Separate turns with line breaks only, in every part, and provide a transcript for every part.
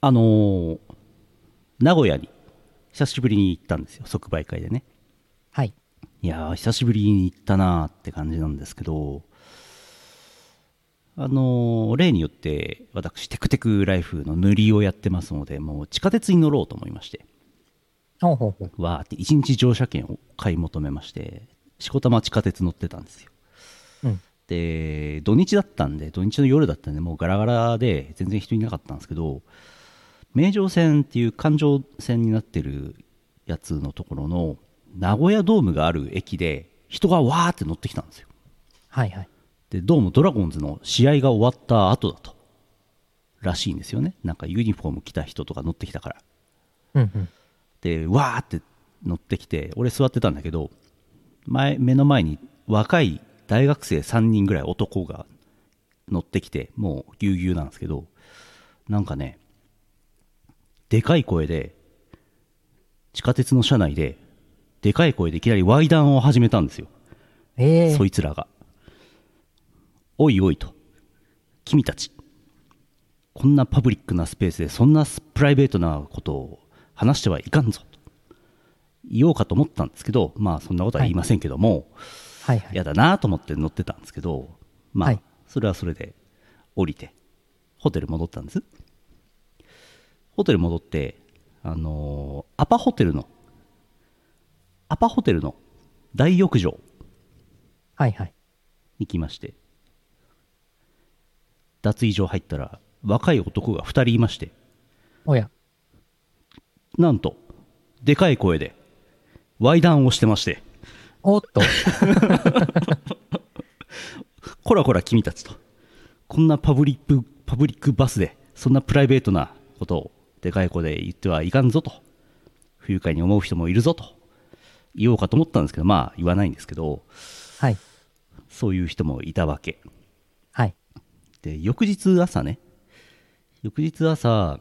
あのー名古屋に久しぶりに行ったんですよ即売会でね
はい。
いやー久しぶりに行ったなーって感じなんですけどあのー例によって私テクテクライフの塗りをやってますのでもう地下鉄に乗ろうと思いまして
ほうほうほう。
わーって1日乗車券を買い求めましてしこたま地下鉄乗ってたんですよ
うん。
で土日だったんで土日の夜だったんでもうガラガラで全然人いなかったんですけど名城線っていう環状線になってるやつのところの名古屋ドームがある駅で人がわーって乗ってきたんですよ
はいはい。
でどうもドラゴンズの試合が終わった後だとらしいんですよねなんかユニフォーム着た人とか乗ってきたから
うんうん。
でわーって乗ってきて俺座ってたんだけど前目の前に若い大学生3人ぐらい男が乗ってきてもうぎゅうぎゅうなんですけどなんかねでかい声で地下鉄の車内ででかい声でいきなりワイダンを始めたんですよ
ええ
そいつらが。おいおいと、君たち、こんなパブリックなスペースでそんなプライベートなことを話してはいかんぞと言おうかと思ったんですけど、まあそんなことは言いませんけども、
はいはい。
嫌だなと思って乗ってたんですけど、ま
は
あ
い
それはそれで降りて、ホテル戻ったんです。ホテル戻って、あのーアパホテルの、アパホテルの大浴場、
はいはい。
行きまして脱衣所入ったら若い男が2人いまして
おや。
なんとでかい声でワイダンをしてまして
おっと。
「こらこら君たち」とこんなパブリックパブリックバスでそんなプライベートなことをでかい声で言ってはいかんぞと不愉快に思う人もいるぞと言おうかと思ったんですけどまあ言わないんですけど
はい。
そういう人もいたわけ
はい。
で翌日朝ね翌日朝、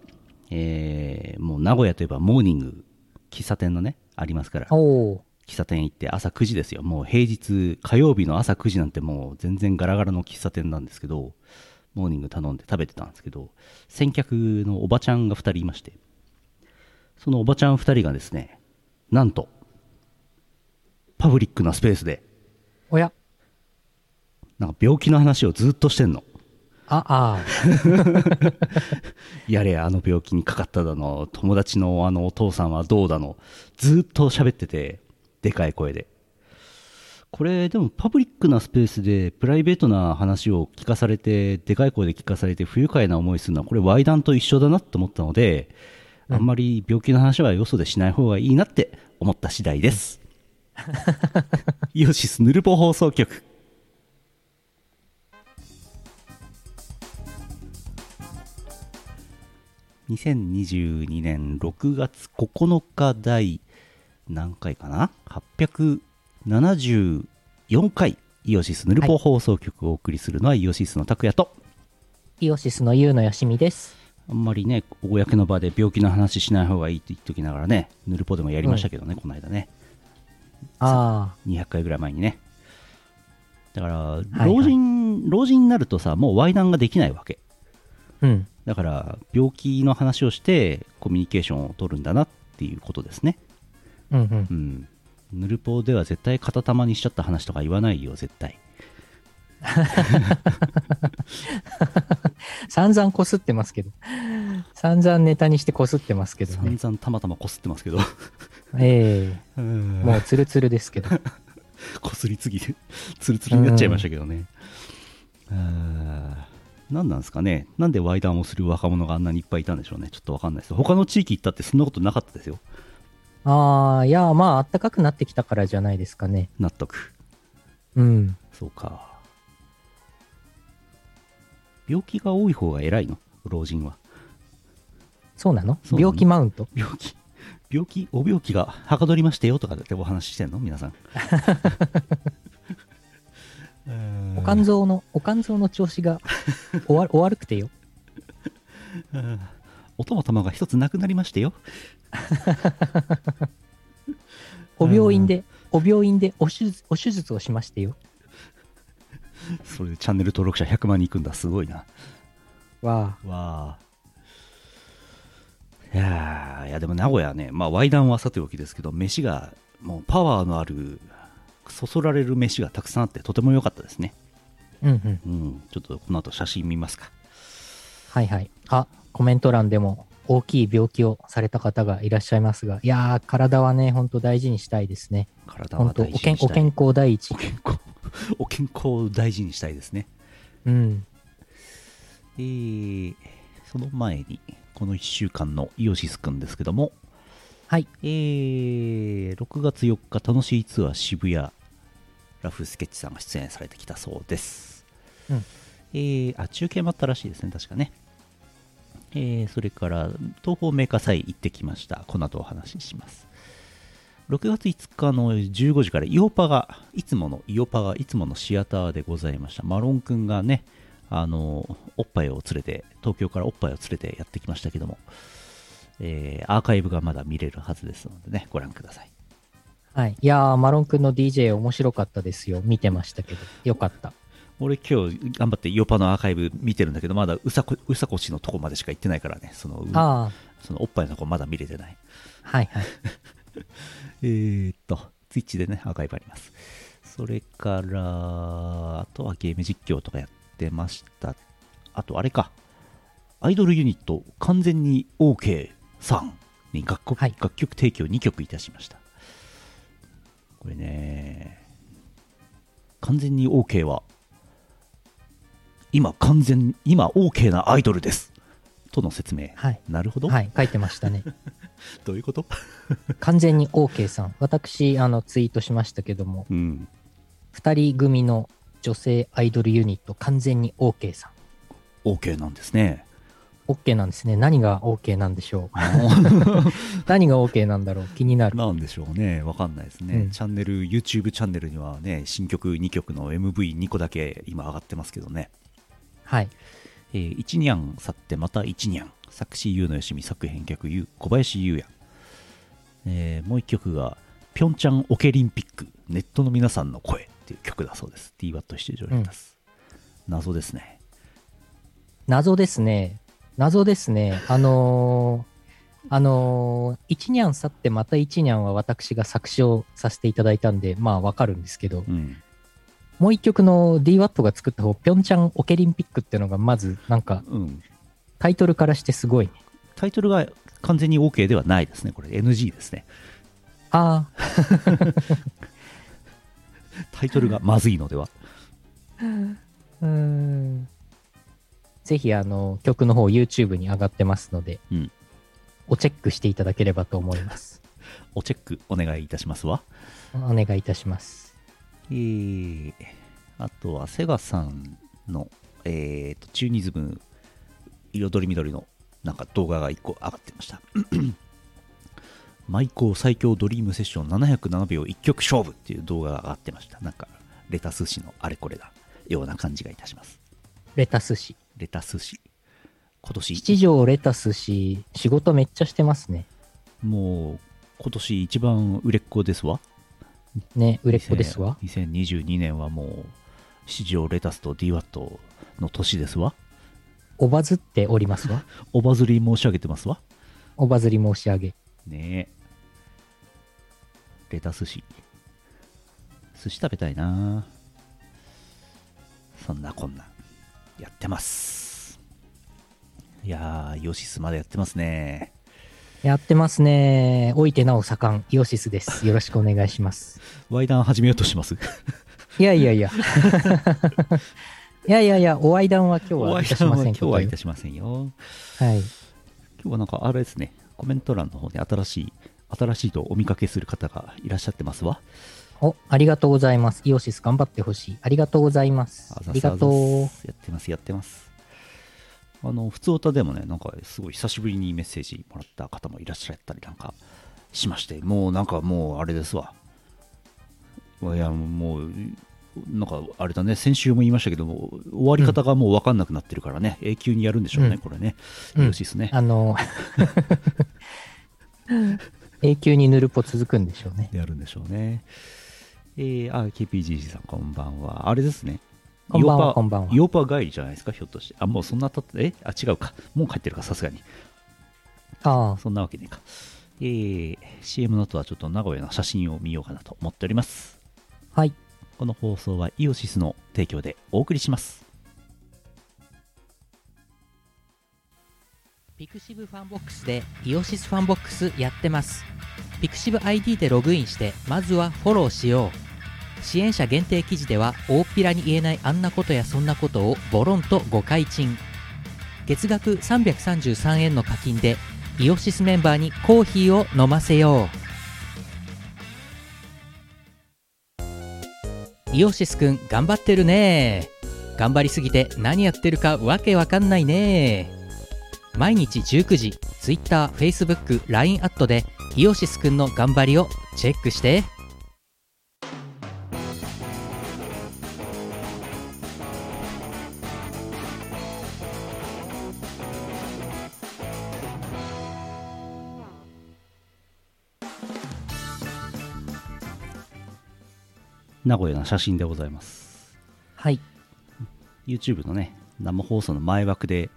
えーもう名古屋といえばモーニング喫茶店のねありますから
おお。
喫茶店行って朝9時ですよもう平日火曜日の朝9時なんてもう全然ガラガラの喫茶店なんですけどモーニング頼んで食べてたんですけど先客のおばちゃんが2人いましてそのおばちゃん2人がですねなんとパブリックなスペースで
おや。
なんか病気の話をずっとしてんの
あ、あ
やれあの病気にかかっただの友達のあのお父さんはどうだのずーっと喋っててでかい声でこれでもパブリックなスペースでプライベートな話を聞かされてでかい声で聞かされて不愉快な思いするのはこれワイダンと一緒だなと思ったので、あんまり病気の話はよそでしない方がいいなって思った次第です、イオシスヌルポ放送局2022年6月9日第何回かな874回イオシスヌルポ放送局をお送りするのはイオシスの拓也と、
イオシスのユウのよしみです。
あんまりね公の場で病気の話しない方がいいって言っときながらねヌルポでもやりましたけどね、この間ね
あ
200回ぐらい前にねだから、
い
老人老人になるとさもう猥談ができないわけ
あ。うん。
だから病気の話をしてコミュニケーションを取るんだなっていうことですね
うんうん
う。ん。ヌルポでは絶対片玉にしちゃった話とか言わないよ、絶対。
散々こすってますけど。散々ネタにしてこすってますけど
散
ね。
々たまたまこすってますけど。
ええ
も
も
う
うツルツルですけど。
こすりすぎて、ツルツルになっちゃいましたけどね。あー何なんですかね。なんでワイダンをする若者があんなにいっぱいいたんでしょうね。ちょっとわかんないです。他の地域行ったってそんなことなかったですよ。
ああ、いや、まあ、暖かくなってきたからじゃないですかね。
納得。
うん。
そうか。病気が多い方が偉いの老人は。
そうなの
そうなの
病気マウント。
病気病気お病気がはかどりましたよとかってお話ししてんの皆 さんう
お
ん
肝臓の、お肝臓の調子がおわお悪くてよ。
うんお供玉が一つなくなりましたよ
お病院で、お病院でお手術お手術をしましてよ。
それでチャンネル登録者100万人いくんだすごいな
わあ。
わあいやでも名古屋ね、まあ、ワイダンはさておきですけど飯がもうパワーのあるそそられる飯がたくさんあってとても良かったですね、
うんうん。
うん、ちょっとこの後写真見ますか
はいはい。あ、コメント欄でも大きい病気をされた方がいらっしゃいますが、いやー、体はね、本当大事にしたいですね。
体は
本当お
大事
けん
にし
お
たい
健康第一
お。健康 お健康を大事にしたいですね
うん。
えーその前にこの1週間のイオシスくんですけども
はい。
えー6月4日楽しいツアー渋谷ラフスケッチさんが出演されてきたそうです、
うん
えーあ中継もあったらしいですね確かね、えーそれから東方メーカー祭行ってきましたこの後お話しします6月5日の15時からイオパがいつものイオパがいつものシアターでございましたマロンくんがねあのおっぱいを連れて東京からおっぱいを連れてやってきましたけどもえーアーカイブがまだ見れるはずですのでね、ご覧ください。
はい。いやー、マロンくんの DJ 面白かったですよ。見てましたけど。よかった。
俺今日頑張ってヨパのアーカイブ見てるんだけど、まだうさこうさこしのとこまでしか行ってないからね、そのうん
ああ、
そのおっぱいのとこまだ見れてない。
はいはい。
えーっと、ツイッチでね、アーカイブあります。それから、あとはゲーム実況とかやってました。あと、あれか、アイドルユニット、完全に OK さんに楽曲,、
はい
楽曲提供2曲いたしました。これね、完全に OK は、今完全、今 OK なアイドルです。との説明。
はい
なるほど、
はい。書いてましたね。
どういうこと、
完全に OK さん。私、あの、ツイートしましたけども、
うん、
二人組の女性アイドルユニット、完全に OK さん。
OK なんです ね。
OK なんですね。何が OK なんでしょう。 何が OK なんだろう。気になる。
なんでしょうね、わかんないですね、
うん
チャンネル、YouTube チャンネルにはね、新曲2曲の MV2 個だけ今上がってますけどね、
はい。
えー、一にゃん去ってまた一にゃん、作詞優のよしみ、作編曲優、小林優也、えーもう1曲が、ピョンチャンオケリンピック、ネットの皆さんの声っていう曲だそうです、DWAT 出場に出す、謎ですね、
謎ですね。謎ですね。あのーあのー一ニャン去ってまた一ニャンは私が作詞をさせていただいたんで、まあわかるんですけど
う、ん、
もう一曲の DWAT が作った方、ピョンチャンオケリンピックっていうのがまずなんか
うん、
タイトルからしてすごいね。
タイトルが完全に OK ではないですね、これ、NG ですね、
あ
タイトルがまずいのでは。
あ、うーん。ぜひあの曲の方 YouTube に上がってますので、
うん
おチェックしていただければと思います。
おチェックお願いいたしますわ。
お願いいたします。
えーあとはセガさんの、えーとチューニズム彩り緑のなんか動画が1個上がってました。 マイコー最強ドリームセッション707秒1曲勝負っていう動画が上がってました。なんかレタス紙のあれこれだような感じがいたします。
レタス氏。
レタス紙。今
七
年、
条レタス氏、仕事めっちゃしてますね。
もう今年一番売れっ子ですわ。
ね、売れっ子ですわ。
2022年はもう、市場レタスと DWAT の年ですわ。
おばずっておりますわ。
おばずり申し上げてますわ。
おばずり申し上げ。
ねえ。レタスし寿司食べたいなそんなこんな、やってます。いやー、ヨシスまでやってますね。
やってますね。老いてなお盛ん、イオシスです。よろしくお願いします。
ワイダン始めようとします。
いやいやいや。いやいやいや、お会い談は今日
ワ
は
イ
いた
ダ
し
ンは
ま
今
せんけ
日
ど。
は
はいい
た。しませんよ。今日はなんかあれですね、コメント欄の方で新しい、新しいとお見かけする方がいらっしゃってますわ。
お、ありがとうございます。イオシス頑張ってほしい。ありがとうございます。あ
ざっす
りがと
ざっ
う。
すやってます、やってます。あの、普通歌でもね、なんかすごい久しぶりにメッセージもらった方もいらっしゃったりなんかしまして、もうなんかもうあれですわ。いや、もう、なんかあれだね、先週も言いましたけども、終わり方がもう分かんなくなってるからね、永久にやるんでしょうね、
うん
これね。
うん
よろしいですね。
あの、永久にぬるぽ続くんでしょうね。
やるんでしょうね。えー、あ、KPGC さん、こんばんは。あれですね。
こんばんは
ヨーパ
こんばんは
ヨーパ帰りじゃないですか、ひょっとして。あ、もうそんな経って、えあ、違うか。もう帰ってるか、さすがに。
ああ、
そんなわけねえか。えー、CM の後はちょっと名古屋の写真を見ようかなと思っております。
はい。
この放送はイオシスの提供でお送りします。
ピクシブファンボックスでイオシスファンボックスやってます。ピクシブ ID でログインして、まずはフォローしよう。支援者限定記事では、大っぴらに言えないあんなことやそんなことをボロンと誤解賃。月額333円の課金で、イオシスメンバーにコーヒーを飲ませよう。イオシスくん頑張ってるね頑張りすぎて何やってるかわけわかんないね毎日19時 TwitterFacebookLINE アットでイオシスくんの頑張りをチェックして
名古屋の写真でございます。
はい
YouTube のね、生放送の前枠で、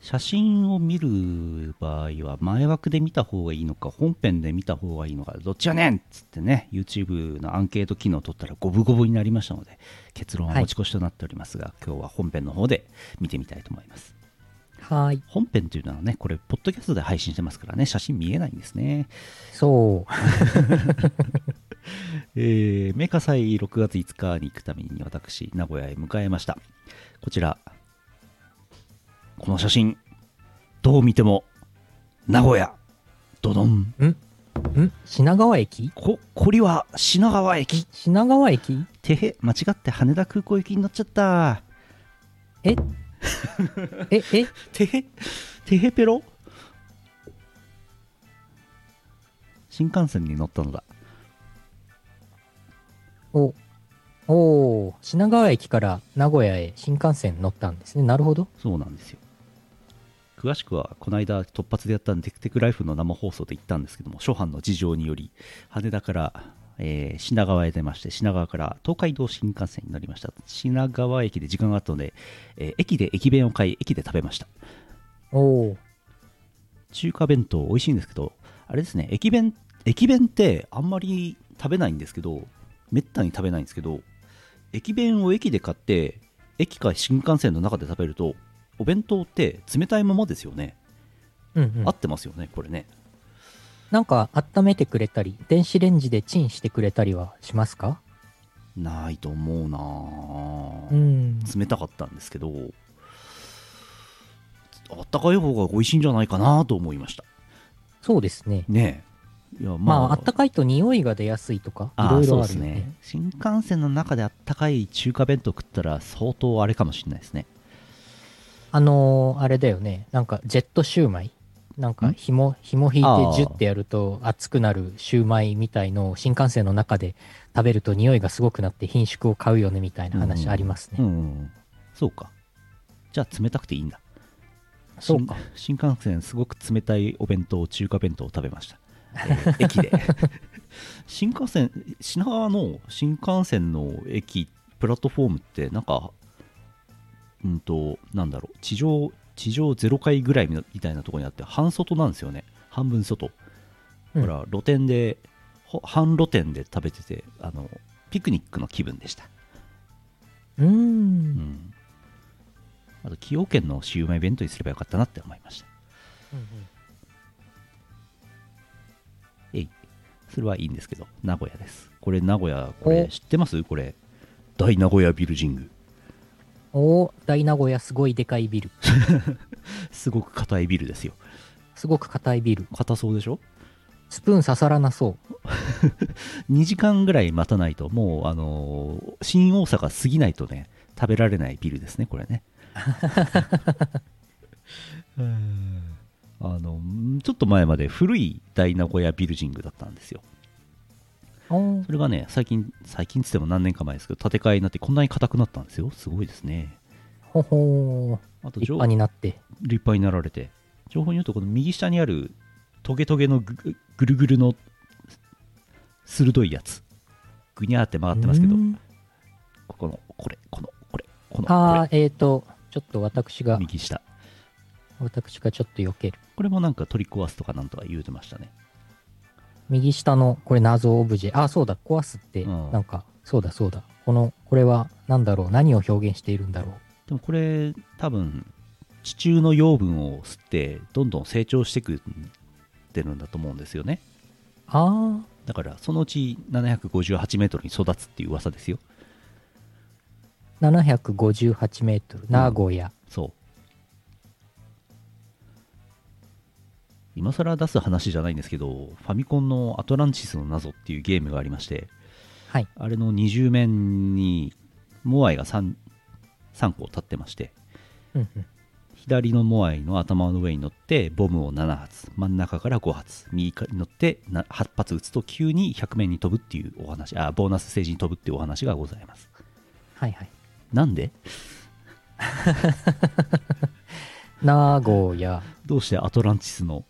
写真を見る場合は、前枠で見た方がいいのか、本編で見た方がいいのか、どっちやねんっつってね、YouTube のアンケート機能を取ったら、五分五分になりましたので、結論は持ち越しとなっておりますが、今日は本編の方で見てみたいと思います。
はい
本編というのはね、これ、ポッドキャストで配信してますからね、写真見えないんですね。
そう
えー、メカ祭6月5日に行くために私、名古屋へ向かいました。こちら、この写真、どう見ても、名古屋、ドドン。
ん品川駅
こ、こりは品川駅。
品川駅
てへ、間違って羽田空港行きになっちゃった。
えええ
てへ、てへペロ新幹線に乗ったのだ。
おおー品川駅から名古屋へ新幹線乗ったんですねなるほど
そうなんですよ。詳しくは、この間、突発でやったテクテクライフの生放送で言ったんですけども、初版の事情により、羽田から、えー品川へ出まして、品川から東海道新幹線に乗りました。品川駅で時間があったので、えー駅で駅弁を買い、駅で食べました。
おお
中華弁当、美味しいんですけど、あれですね、駅弁、駅弁ってあんまり食べないんですけど、めったに食べないんですけど、駅弁を駅で買って、駅か新幹線の中で食べると、お弁当って冷たいままですよね。
うんうん
合ってますよね、これね。
なんか温めてくれたり電子レンジでチンしてくれたりはしますか
ないと思うな
う
ぁ
ん
冷たかったんですけど、あったかい方が美味しいんじゃないかなと思いました。
そうですね
ねえ。いや、
ま
まあ、
ああったかいと匂いが出やすいとかい
あー
ろい
そうで
ろあ
す
るよね
ね。新幹線の中であったかい中華弁当食ったら相当あれかもしれないですね。
あのーあれだよね、なんかジェットシューマイ。なんか
ん
紐、紐引い
あー
てジュッてやると熱くなるシューマイみたいのを新幹線の中で食べると匂いがすごくなって品種を買うよねみたいな話あります
う
ね。
ん。そうか。じゃあ冷たくていいんだ。
そうか
新。新幹線すごく冷たいお弁当、中華弁当を食べま した。えー駅で。新幹線、品川の新幹線の駅、プラットフォームってなんか、うんと、なんだろう、地上、地上0階ぐらいみたいなところにあって、半外なんですよね。半分外。
うん
ほら、露店で、ほ半露店で食べてて、あの、ピクニックの気分でした。
うーん。
うん。あと、崎陽軒のシウマイ弁当にすればよかったなって思いました。
うん
えい。それはいいんですけど、名古屋です。これ、名古屋、これ
お
知ってますこれ。大名古屋ビルジング。
うんおー大名古屋すごいでかいビル。
すごく硬いビルですよ。
すごく硬いビル。
硬そうでしょ
スプーン刺さらなそう。
?2 時間ぐらい待たないと、もう、あのー新大阪過ぎないとね、食べられないビルですね、これね。あのんちょっと前まで古い大名古屋ビルジングだったんですよ。
おー
それがね、最近、最近っつっても何年か前ですけど、建て替えになってこんなに硬くなったんですよ。すごいですね。
ほほー。
あと
立
上、
派になって。
立派になられて情報によるとこの右下にあるトゲトゲのぐぐるぐるの鋭いやつぐにゃーって曲がってますけど
うーん
ここのこれこのこれこのこ
あー、えっ、ー、と、ちょっと私
れ
が
右下
私がちょっと避ける。
これもなんか取り壊すとかなんとか言うてましたね。
右下の、これ謎オブジェ。あ、そうだ、壊すって、
うん
なんか、そうだそうだ。この、これは、なんだろう、何を表現しているんだろう。
でもこれ多分地中の養分を吸ってどんどん成長してくってるんだと思うんですよね。
あ
だからそのうち758メートルに育つっていう噂ですよ。
あ、758メートル、名古屋。
そう。今更出す話じゃないんですけど、ファミコンのアトランティスの謎っていうゲームがありまして、
はい
あれの20面にモアイが 3, 3個立ってまして、
うんうん
左のモアイの頭の上に乗ってボムを7発真ん中から5発右に乗ってな8発撃つと急に100面に飛ぶっていうお話あボーナスステージに飛ぶっていうお話がございます
はいはい。
なんで
名古屋。
どうしてアトランティスの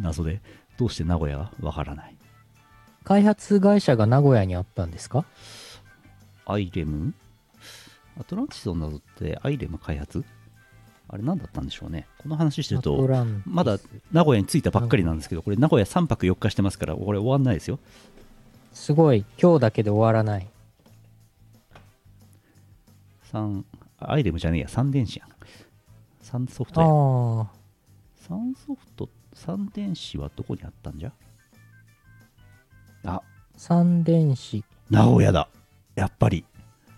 謎でどうして名古屋がわからない
開発会社が名古屋にあったんですか
アイレムアトランティスの謎ってアイレム開発あれ何だったんでしょうねこの話してる
アト
と
ランティス
まだ名古屋に着いたばっかりなんですけどこれ名古屋3泊4日してますからこれ終わんないですよ
すごい、今日だけで終わらない。
三アイレムじゃねえや、三電子やん。三ソフト
ああ
やん。
ー、
三ソフト、三電子はどこにあったんじゃあ、
三電子。
名古屋だ。やっぱり、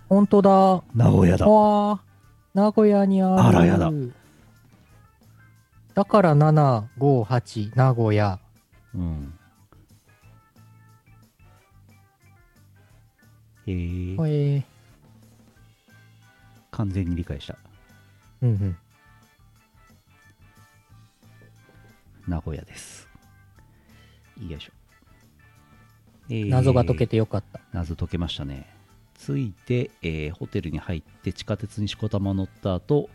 本当だ。わ
名古屋だ。
あ、名古屋にある。
あらやだ。
だから758、名古屋。
うん。へえ、
えー、
完全に理解した。
うんうん。
名古屋です。よいしょ。えー
謎が解けてよかった。
謎解けましたねついて、えーホテルに入って地下鉄にしこたま乗った後、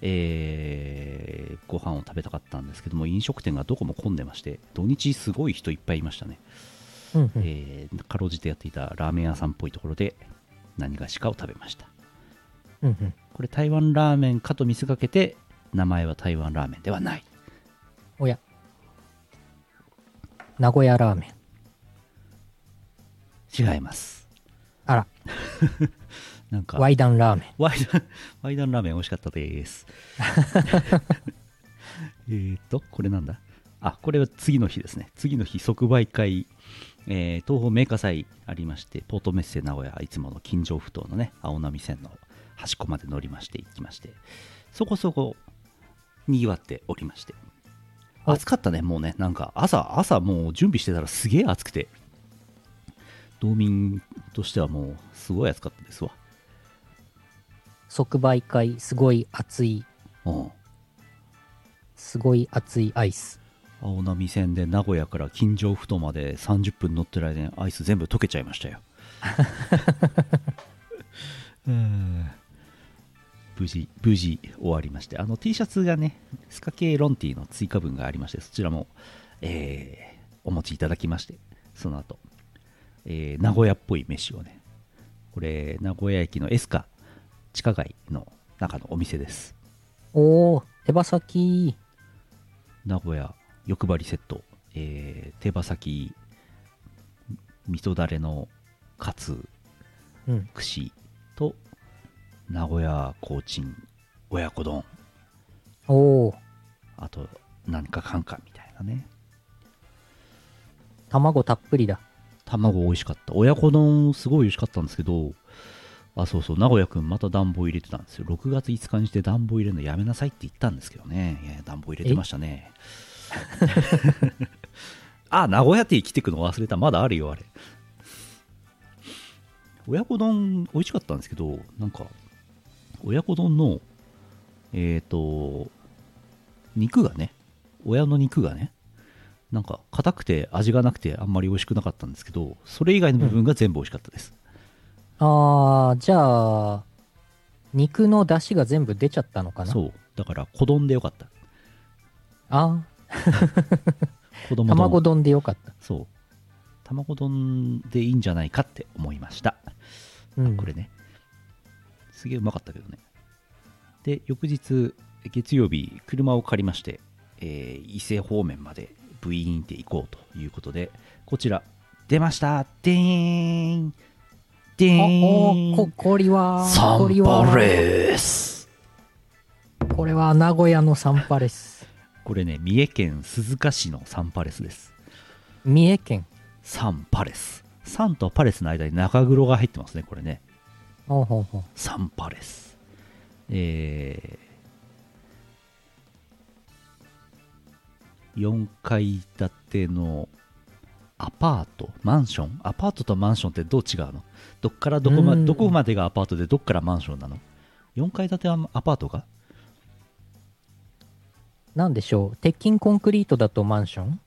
えーご飯を食べたかったんですけども飲食店がどこも混んでまして土日すごい人いっぱいいましたね、
うんうん
えーかろうじてやっていたラーメン屋さんっぽいところで何がしかを食べました
うんうん。
これ台湾ラーメンかと見せかけて名前は台湾ラーメンではない
おや。名古屋ラーメン。
違います
あら、
なんか
ワイダンラーメン。
ワイダン、 ワイダンラーメン美味しかったです。えーっと、これなんだあ、これは次の日ですね。次の日、即売会、えー東方メーカー祭ありまして、ポートメッセ名古屋、いつもの金城ふ頭のね、青波線の端っこまで乗りまして、行きまして、そこそこ、にぎわっておりまして。
お
暑かったね、もうね、なんか朝、朝もう準備してたらすげえ暑くて、道民としてはもうすごい暑かったですわ。
即売会、すごい熱い、
うん
すごい熱いアイス。
青波線で名古屋から金城ふ頭まで30分乗ってる間にアイス全部溶けちゃいましたよ うん無事無事終わりましてあの T シャツがねスカ系ロンティの追加分がありましてそちらも、えーお持ちいただきましてその後、えー名古屋っぽい飯をねこれ名古屋駅のエスカ地下街の中のお店です
おお、手羽先。
名古屋欲張りセット、えー手羽先味噌だれのカツ
うん。
串と名古屋コーチン親子丼
おお、
あと何かかんかみたいなね
卵たっぷりだ。
卵美味しかった親子丼すごい美味しかったんですけどあそうそう名古屋くんまた暖房入れてたんですよ6月5日にして暖房入れるのやめなさいって言ったんですけどねいやいや暖房入れてましたね あ名古屋って生きてくの忘れたまだあるよあれ親子丼美味しかったんですけどなんか親子丼のえっ、と肉がね親の肉がねなんか硬くて味がなくてあんまり美味しくなかったんですけどそれ以外の部分が全部美味しかったです、
あー、じゃあ、肉の出汁が全部出ちゃったのかな
そうだから子丼でよかった
あ
子
ー、
供丼
卵丼でよかった。
そう卵丼でいいんじゃないかって思いました、
うん。
これねすげえうまかったけどねで翌日、月曜日、車を借りまして、えー伊勢方面までブイーンって行こうということで、こちら、出ましたでーんでー
おおこ
ん
氷は
サ
これ
ン
は
パレース
これは名古屋のサンパレス
これね、三重県鈴鹿市のサンパレスです。
三重県
サンパレス。サンとパレスの間に中黒が入ってますね、これね。
ほうほうほう
サンパレス。えー、4階建てのアパート、マンションアパートとマンションってどう違うのどっからどこ,、ま、
うん
どこまでがアパートでどっからマンションなの ?4 階建てはアパートか
なんでしょう鉄筋コンクリートだとマンション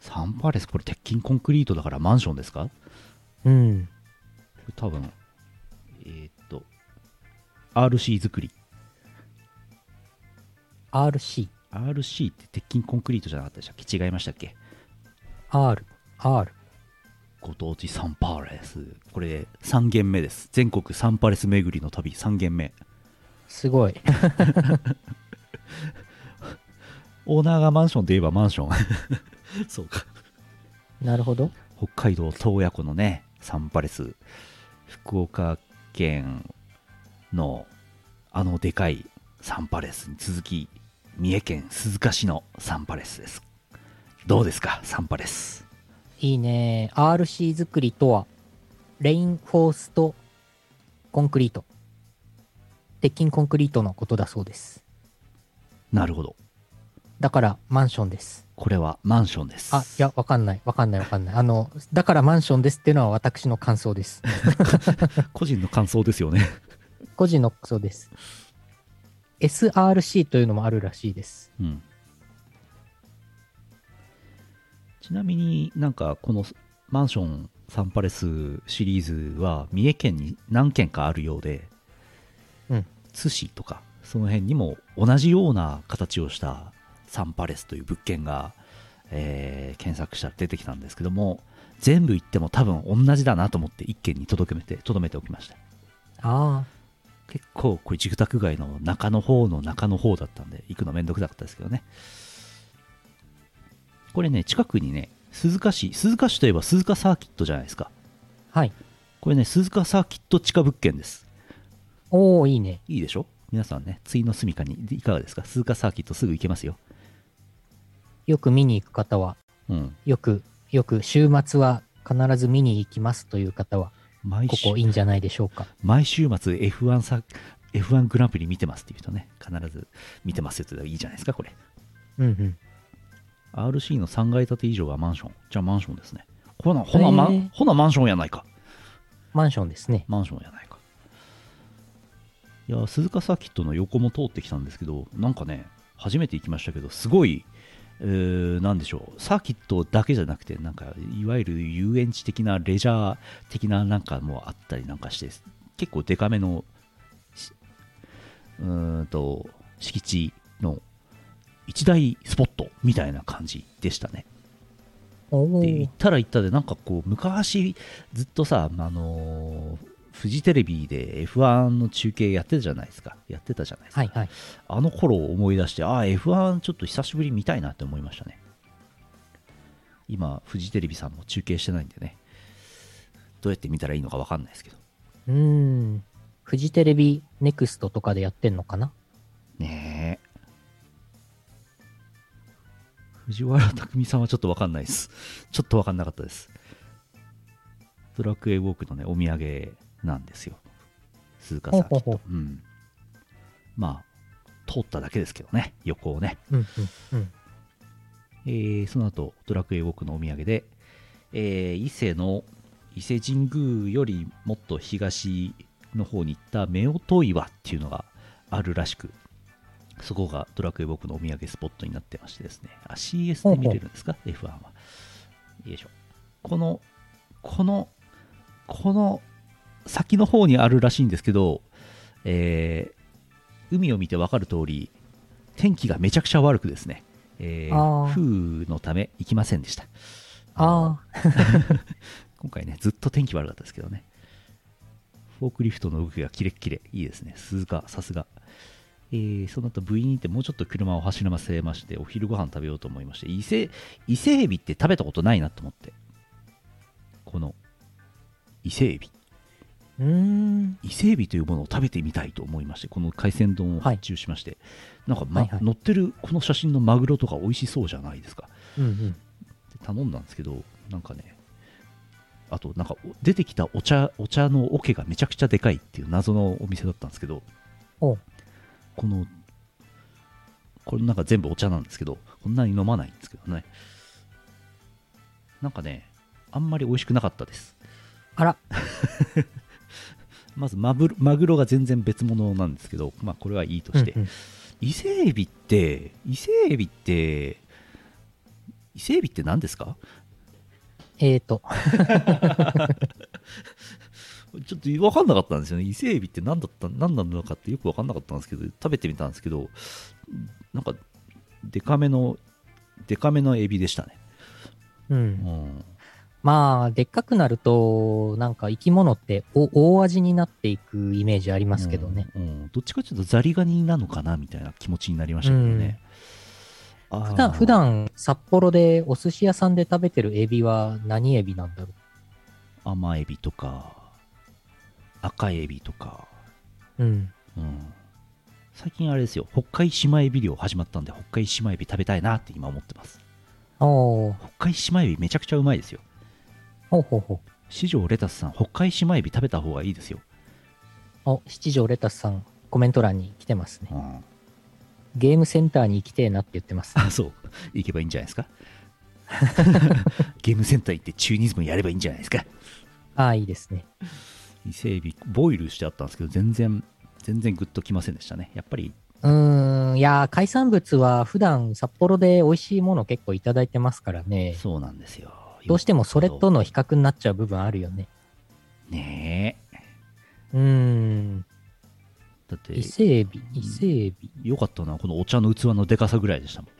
サンパレス、これ鉄筋コンクリートだからマンションですか
うん
これ多分えーっと RC 作り
RCRR
RC って鉄筋コンクリートじゃなかったでしたっけ違いましたっけご当地サンパレスこれ3軒目です全国サンパレス巡りの旅3軒目
すごい
オーナーがマンションといえばマンション そうか
なるほど
北海道洞爺湖のねサンパレス福岡県のあのでかいサンパレスに続き三重県鈴鹿市のサンパレスですどうですかサンパレス
いいね RC 作りとはレインフォースとコンクリート鉄筋コンクリートのことだそうです
なるほど
だからマンションです
これはマンションです
あいやわかんないわかんないわかんないあのだからマンションですっていうのは私の感想です
個人の感想ですよね
個人のそうです SRC というのもあるらしいです
うんちなみになんかこのマンションサンパレスシリーズは三重県に何軒かあるようで
うん
津市とかその辺にも同じような形をしたサンパレスという物件が、えー検索したら出てきたんですけども全部行っても多分同じだなと思って1軒に届けてとどめておきました
ああ
結構これ住宅街の中の方の中の方だったんで行くのめんどくさかったですけどねこれね近くにね鈴鹿市鈴鹿市といえば鈴鹿サーキットじゃないですか
はい
これね鈴鹿サーキット地下物件です
おおいいね
いいでしょ皆さんねついの住みかにいかがですか鈴鹿サーキットすぐ行けますよ
よく見に行く方は
うん
よくよく週末は必ず見に行きますという方は
毎
こ
週
こいいんじゃないでしょうか
毎週末 F1 サ F1 グランプリ見てますっていう人ね必ず見てますよって言ったらいいじゃないですかこれ
うんうん
RC の3階建て以上はマンションじゃあマンションですねほなほな、ま
へえ
ほなマンションやないか
マンションですね。
マンションやないかいや鈴鹿サーキットの横も通ってきたんですけどなんかね初めて行きましたけどすごい、えーなんでしょうサーキットだけじゃなくてなんかいわゆる遊園地的なレジャー的ななんかもあったりなんかして結構デカめのしうーんと敷地の一大スポットみたいな感じでしたね
おお
で行ったら行ったでなんかこう昔ずっとさあのーフジテレビで F1 の中継やってたじゃないですかやってたじゃないですか、
はいはい。
あの頃を思い出してああ F1 ちょっと久しぶりに見たいなって思いましたね今フジテレビさんも中継してないんでねどうやって見たらいいのか分かんないですけど
うーん。フジテレビネクストとかでやってんのかな
ねえ藤原匠さんはちょっと分かんないですちょっと分かんなかったですドラクエウォークのねお土産なんですよ鈴鹿サーキット
ほうほうほ
うんまあ通っただけですけどね横をね
うんうんうん。
えーその後ドラクエウォークのお土産で、えー伊勢の伊勢神宮よりもっと東の方に行った夫婦岩っていうのがあるらしくそこがドラクエウォークのお土産スポットになってましてですねあ CS で見れるんですか F1 はよいしょこのこのこの先の方にあるらしいんですけど、えー海を見て分かる通り天気がめちゃくちゃ悪くですね、えー
あー
風雨のため行きませんでしたの
ああ、
今回ねずっと天気悪かったですけどねフォークリフトの動きがキレッキレいいですね鈴鹿さすがえーその後部員ってもうちょっと車を走らせましてお昼ご飯食べようと思いまして伊勢伊勢エビって食べたことないなと思ってこの伊勢エビ
うーん。
伊勢エビというものを食べてみたいと思いましてこの海鮮丼を発注しまして、なんか、ま
はいはい
乗ってるこの写真のマグロとか美味しそうじゃないですか
うんうん。
で頼んだんですけどなんかねあとなんかお出てきたお茶お茶の桶がめちゃくちゃでかいっていう謎のお店だったんですけど
おう
このこれなんか全部お茶なんですけどこんなに飲まないんですけどねなんかねあんまり美味しくなかったです
あら。
まずマブロマグロが全然別物なんですけどまあこれはいいとして、
うんうん
伊勢エビって伊勢エビって伊勢エビって何ですか
えーと。
ちょっと分かんなかったんですよね伊勢エビって何だった何なのかってよく分かんなかったんですけど食べてみたんですけどなんかデカめのデカめのエビでしたね、
うん。
うん、
まあ、でっかくなると、なんか生き物ってお大味になっていくイメージありますけどね。
うん、うんどっちかというとザリガニなのかなみたいな気持ちになりましたけどね、あー
普段、普段、札幌でお寿司屋さんで食べてるエビは何エビなんだろ
甘エビとか赤エビとか、
う。うん。
うん、最近あれですよ北海島エビ漁始まったんで北海島エビ食べたいなって今思ってます
おー
北海島エビめちゃくちゃうまいですよ
ほうほうほ
四条レタスさん北海島エビ食べた方がいいですよ、
う。お、七条レタスさん、コメント欄に来てますね。
うん、
ゲームセンターに行きてえなって言ってます。
あそう行けばいいんじゃないですかゲームセンター行ってチューニズムやればいいんじゃないですか
ああ、いいですね。
伊勢エビボイルしてあったんですけど全然全然グッときませんでしたねやっぱり
うーん、いやー、海産物は普段札幌で美味しいもの結構いただいてますからね。
そうなんですよ
どうしてもそれとの比較になっちゃう部分あるよね。
ねえ
うーん。
だって
伊勢エビ、伊勢エビ。
よかったなこのお茶の器のでかさぐらいでしたもん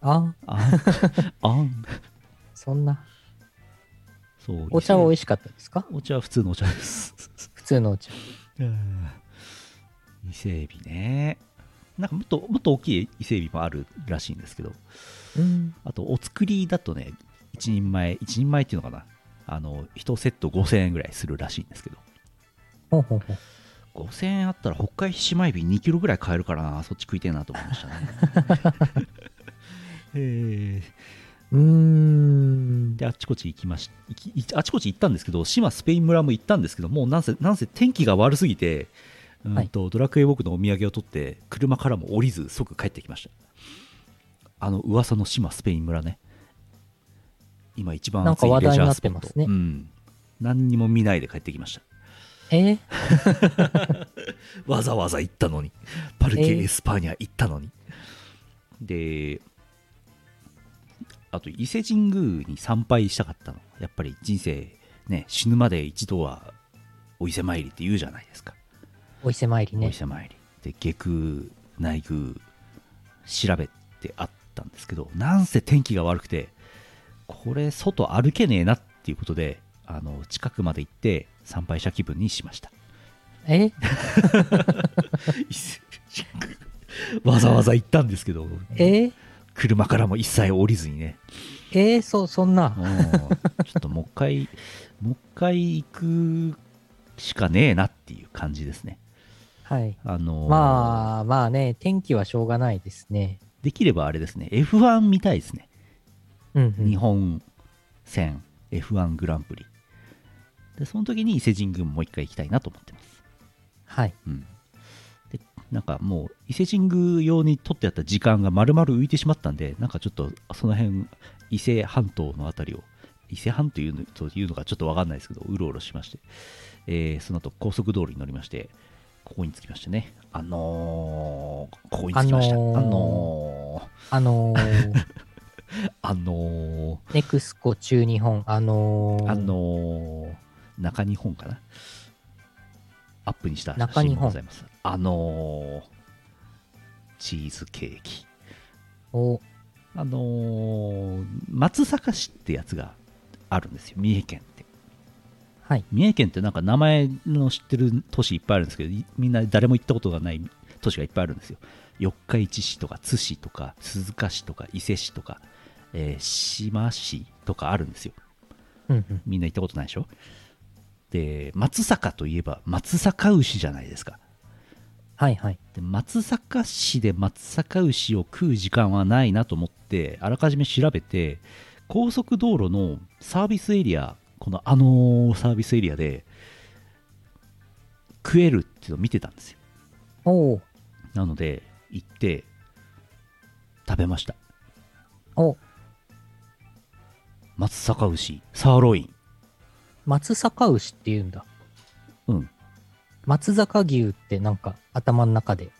あ、
あんあん
そんな。
そう
お茶は美
伊勢
味しかったですか
お茶は普通のお茶です
普通のお茶。
うん伊勢エビねなんかもっともっと大きい伊勢エビもあるらしいんですけど
うん。
あとお作りだとね一人前一人前っていうのかなあの1セット5000円ぐらいするらしいんですけど
ほうほうほう。
5000円あったら北海七枚び2キロぐらい買えるからなそっち食いてえなと思いま したねえー
うーん。
であっちこっち行きまし行きあっちこっち行ったんですけど島スペイン村も行ったんですけどもうなんせなんせ天気が悪すぎてうんと、ドラクエウォークのお土産を取って車からも降りず即帰ってきましたあの噂の島スペイン村ね今一番熱い
なんか
レ
話題
ジ
に
ャ
な
ー
っ
スポ
て
ッ
ます
ト、
ね
うん、何にも見ないで帰ってきました
えー
わざわざ行ったのにパルケ・
えー
エスパーニャ行ったのに、であと伊勢神宮に参拝したかったのやっぱり人生ね死ぬまで一度はお伊勢参りって言うじゃないですか、
お伊勢参り
お伊
ね。
勢参りで下宮内宮調べてあったんですけどなんせ天気が悪くてこれ外歩けねえなっていうことであの近くまで行って参拝者気分にしました
え
伊勢神 宮わざわざ行ったんですけど、
えー
車からも一切降りずにね、
えーそう、そん
う
な。
ん ちょっともう一回、もう一回行くしかねえなっていう感じですね。
はい。
あのー
まあ、まあね、天気はしょうがないですね。
できればあれですね、F1 見たいですね、
うん、うん。
日本戦 F1 グランプリ。で、その時に伊勢神宮ももう一回行きたいなと思ってます。
はい。
うんでなんかもう伊勢神宮用に取ってあった時間が丸々浮いてしまったんでなんかちょっとその辺伊勢半島のあたりを伊勢半というのというのかちょっと分かんないですけどうろうろしまして、えーその後高速道路に乗りましてここに着きましてねあのーここに着きましたあ
あのー
の
あ のー、
ーあの
ネクスコ中日本、あの
ー
ー
あのー中日本かなアップにした写
中日
真
本
もございますあのーチーズケーキ
お
あのー松阪市ってやつがあるんですよ、三重県って。
はい。
三重県ってなんか名前の知ってる都市いっぱいあるんですけど、いみんな誰も行ったことがない都市がいっぱいあるんですよ四日市市とか津市とか鈴鹿市とか伊勢市とか、えー志摩市とかあるんですよ
うんうん
みんな行ったことないでしょで松阪といえば松阪牛じゃないですか
はいはい。
で松阪市で松阪牛を食う時間はないなと思ってあらかじめ調べて高速道路のサービスエリアこのあのーサービスエリアで食えるっていうのを見てたんですよ
おう
なので行って食べました
お、
松阪牛サーロイン
松阪牛って言うんだ。
うん
松坂牛ってなんか頭の中で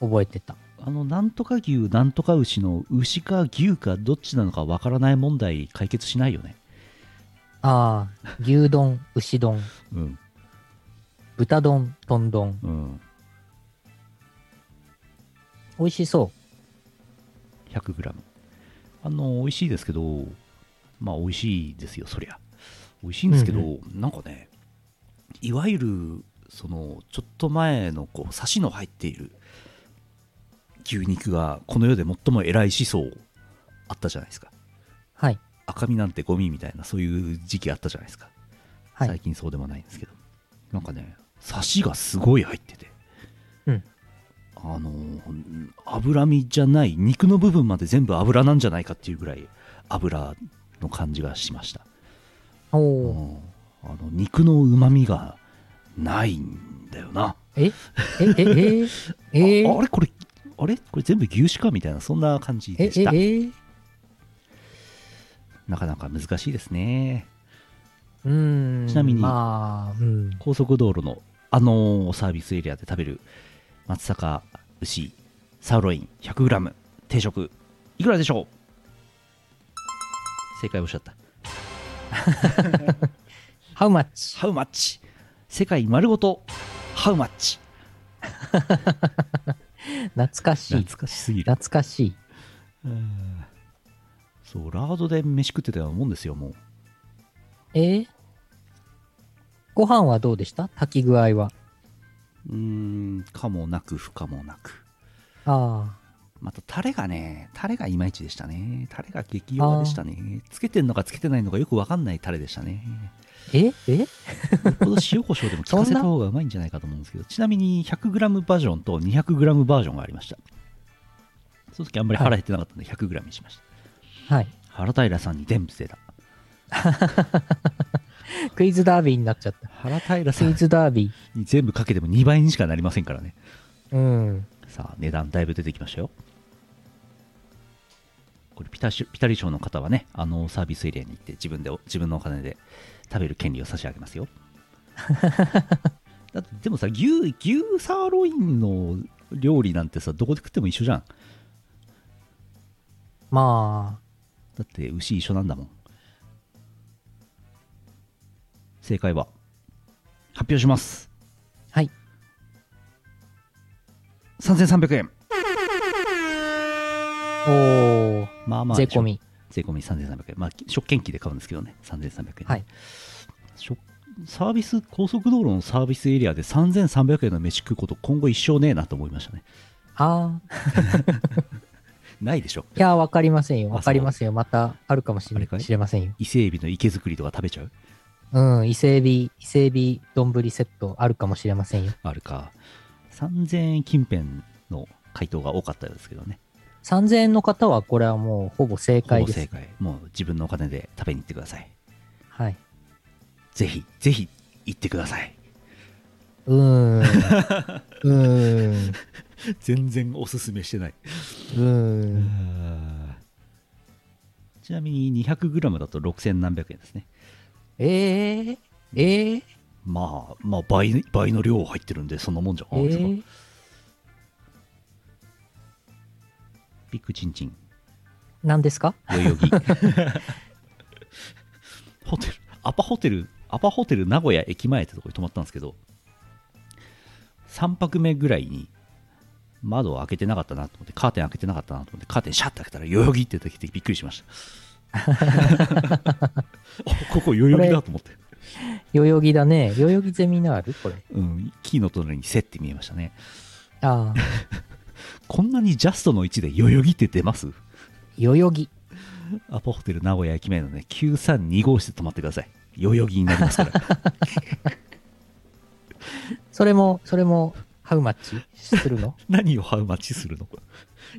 覚えてた。
あのなんとか牛なんとか牛の牛か牛かどっちなのかわからない問題解決しないよね
ああ、牛丼、牛丼、
うん
豚丼、豚丼。
うん
美味しそう。
100g あの美味しいですけどまあ美味しいですよそりゃ美味しいんですけど、
うん
なんかねいわゆるそのちょっと前のこうサシの入っている牛肉がこの世で最も偉い思想あったじゃないですか
はい。
赤身なんてゴミみたいなそういう時期あったじゃないですか、
は
最
い。
近そうでもないんですけどなんかねサシがすごい入ってて
うん。
あのー脂身じゃない肉の部分まで全部脂なんじゃないかっていうぐらい脂の感じがしました、
お
う
お。
ん、あの肉のうまみがないんだよな、
えええええ え
ああれこれあれこれ全部牛脂かみたいなそんな感じ
え
でした
ええ
なかなか難しいですね
うーん。
ちなみに
まあ、うん。
高速道路のあのーサービスエリアで食べる松阪牛サーロイン 100g 定食いくらでしょう正解をおっしゃった
How much?
ハウマッチ世界丸ごとハウマッチ
懐かしい。
懐かしすぎる
懐かしい。
うんそうラードで飯食ってたようなもんですよもう
えーご飯はどうでした炊き具合は。
うーんかもなく不可もなく
あ
またタレがねタレがいまいちでしたねタレが激弱でしたねつけてんのかつけてないのかよくわかんないタレでしたね
あ。ええ
よっぽど塩コショウでも効かせた方がうまいんじゃないかと思うんですけどちなみに 100g バージョンと 200g バージョンがありましたその時あんまり腹減ってなかったんで 100g にしました、
はい。
原平さんに全部捨てた
クイズダービーになっちゃった。
原平
クイズダービ
に 全部かけても2倍にしかなりませんからね
ー。うん。
さあ値段だいぶ出てきましたよこれピタシュピタリ賞の方はねあのサービスエリアに行って自分でお自分のお金で食べる権利を差し上げます よだってでもさ牛牛サーロインの料理なんてさどこで食っても一緒じゃん
ま
だって牛一緒なんだもん正解は発表します
あ、はい。
3300円
おー、
まあまあ
税
でしょ
込み。
税込み3300円、まあ、食券機で買うんですけどね、3300円。
はい
しょサービス、高速道路のサービスエリアで3300円の飯食うこと、今後一生ねえなと思いましたね。
ああ。
ないでしょ。
いや、わかりませんよ。
あ
わかりませんよ。またあるかもし
あれ
れ
かい
知れませんよ。
伊勢海老の池作りとか食べちゃう
うん。伊勢海老、伊勢海老丼セットあるかもしれませんよ。
あるか。3000円近辺の回答が多かったようですけどね。
3000円の方は、これはもうほぼ正
ほ
解
ぼ
です。
正解。もう自分のお金で食べに行ってください。
はい。
ぜひ、ぜひ行ってください。
うーん。うーん。
全然おすすめしてない。
うーん。
ちなみに 200g だと6000何百円ですね。
ええええ
まあ、まあ倍、倍の量入ってるんで、そんなもんじゃ
え
ないですか。
ー
ビッグチンチン、
何ですか
代々木。 ホテル、アパホテル、アパホテル名古屋駅前ってとこに泊まったんですけど、3泊目ぐらいに、窓を開けてなかったなと思って、カーテン開けてなかったなと思って、カーテンシャッて開けたら、代々木って出てきてびっくりしました。あここ代々木だと思って。
代々木だね。代々木ゼミナールこれ。
うん、キーの隣に「せ」って見えましたね。
ああ、
こんなにジャストの1で代々木って出ます
代々木。
アポホテル名古屋駅前のね932号室で泊まってください代々木になりますから
それも、それも、ハウマッチす るの
何をハウマッチするの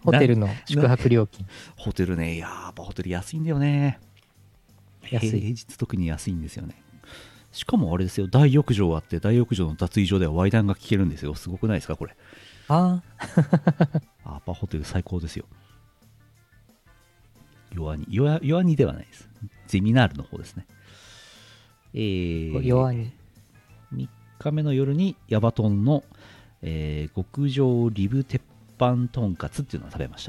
ホテルの宿泊料金。
ホテルねいやーやっぱホテル安いんだよね
安い
平日特に安いんですよねしかもあれですよ大浴場あって大浴場の脱衣所ではワイダンが聞けるんですよすごくないですかこれ
ああ、
アーパーホテル最高ですよ弱に弱弱にではないですゼミナールの方ですねえー、
弱に。
3日目の夜にヤバトンの、えー極上リブ鉄板とんかつっていうのを食べまし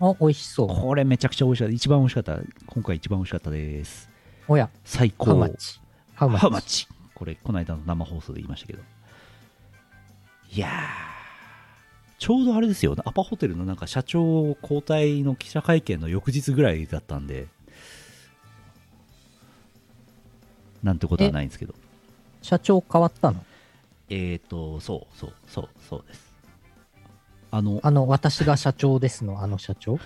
た
お、美味しそう。
これめちゃくちゃ美味しかった一番美味しかった今回一番美味しかったです
おや、
最高
ハウマッチ。ハウマ
ハウマ
ッ
ッ
チ。
チこれこの間の生放送で言いましたけどいやーちょうどあれですよアパホテルのなんか社長交代の記者会見の翌日ぐらいだったんでなんてことはないんですけど
社長変わったの
えーと、そうそうそうそうです。あの、
あの、私が社長ですの、あの社長。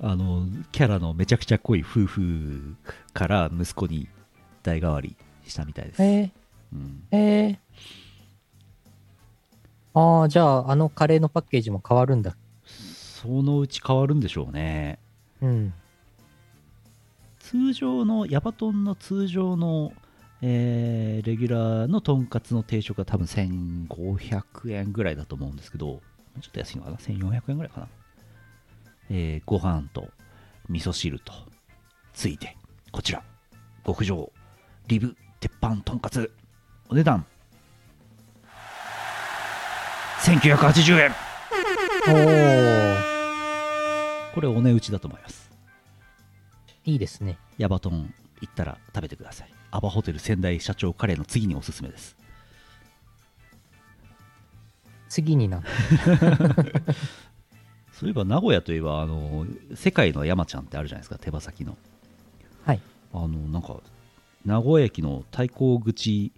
あの、キャラのめちゃくちゃ濃い夫婦から息子に代替わりしたみたいです。
え
うん、
えええああ、じゃあ、あのカレーのパッケージも変わるんだ。
そのうち変わるんでしょうね。
うん。
通常の、ヤバトンの通常の、えーレギュラーのとんかつの定食は多分1500円ぐらいだと思うんですけど、ちょっと安いのかな ?1400 円ぐらいかな。えーご飯と味噌汁と、ついて、こちら、極上、リブ、鉄板、とんかつ、お値段、1980円
おー、
これお値打ちだと思います。
いいですね。
ヤバトン行ったら食べてくださいアバホテル仙台社長カレーの次におすすめです
次にな。
そういえば名古屋といえばあの世界の山ちゃんってあるじゃないですか手羽先の
はい
あのなんか名古屋駅の対向口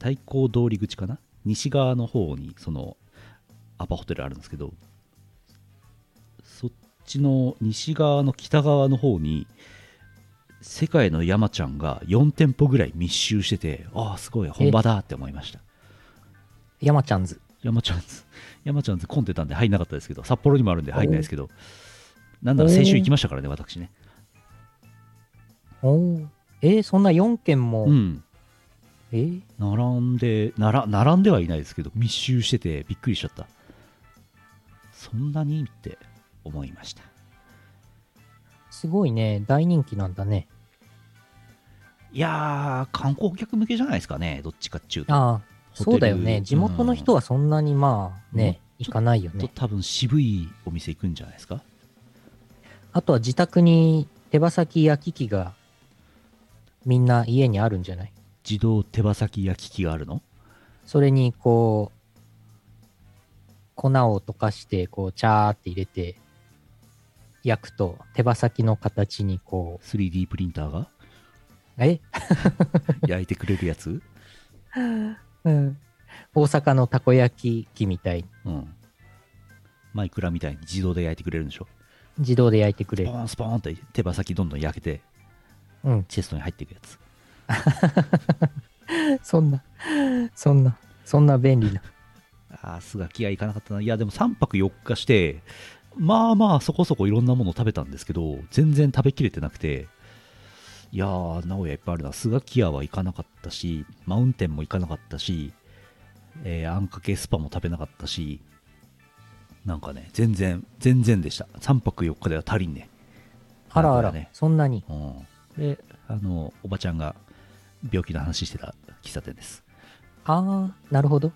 対向通り口かな西側の方にそのアパホテルあるんですけどそっちの西側の北側の方に世界の山ちゃんが4店舗ぐらい密集しててああすごい本場だって思いました
山ちゃんズ。
山ちゃんズ山ちゃんズ混んでたんで入んなかったですけど札幌にもあるんで入んないですけどなんなら先週行きましたからね私ね
おー。えー、そんな4件も、
うん
えー
並んでなら並んではいないですけど密集しててびっくりしちゃったそんなにって思いました
すごいね。大人気なんだね。
いやー観光客向けじゃないですかねどっちかっちゅうと
ああ、
ホテル
そうだよ
う
ね。
ん
地元の人はそんなにまあね、
うん
行かないよ
と
ね。
多分渋いお店行くんじゃないですか
あとは自宅に手羽先焼き器がみんな家にあるんじゃない
自動手羽先焼き器があるの
それにこう、粉を溶かして、こう、チャーって入れて、焼くと手羽先の形にこ
3D プリンターが
う、え、
焼いてくれるや つ
うん、大阪のたこ焼き器みたいに
うんマイクラみたいに自動で焼いてくれるんでしょ
自動で焼いてくれ
ス
る
ポ。ーンスポーンって手羽先どんどん焼けて
うん、
チェストに入っていくやつ
そんな、そんな、そんな便利な。
ああ、スガキ屋行かなかったな。いや、でも3泊4日して、まあまあそこそこいろんなもの食べたんですけど、全然食べきれてなくて、いやー、名古屋いっぱいあるな。スガキ屋は行かなかったし、マウンテンも行かなかったし、えーあんかけスパも食べなかったし、なんかね、全然、全然でした。3泊4日では足りんね。
あらあ
なん
ら
かね、
そんなに。
うん。で、あの、おばちゃんが病気の話してた喫茶店です。
ああ、なるほど。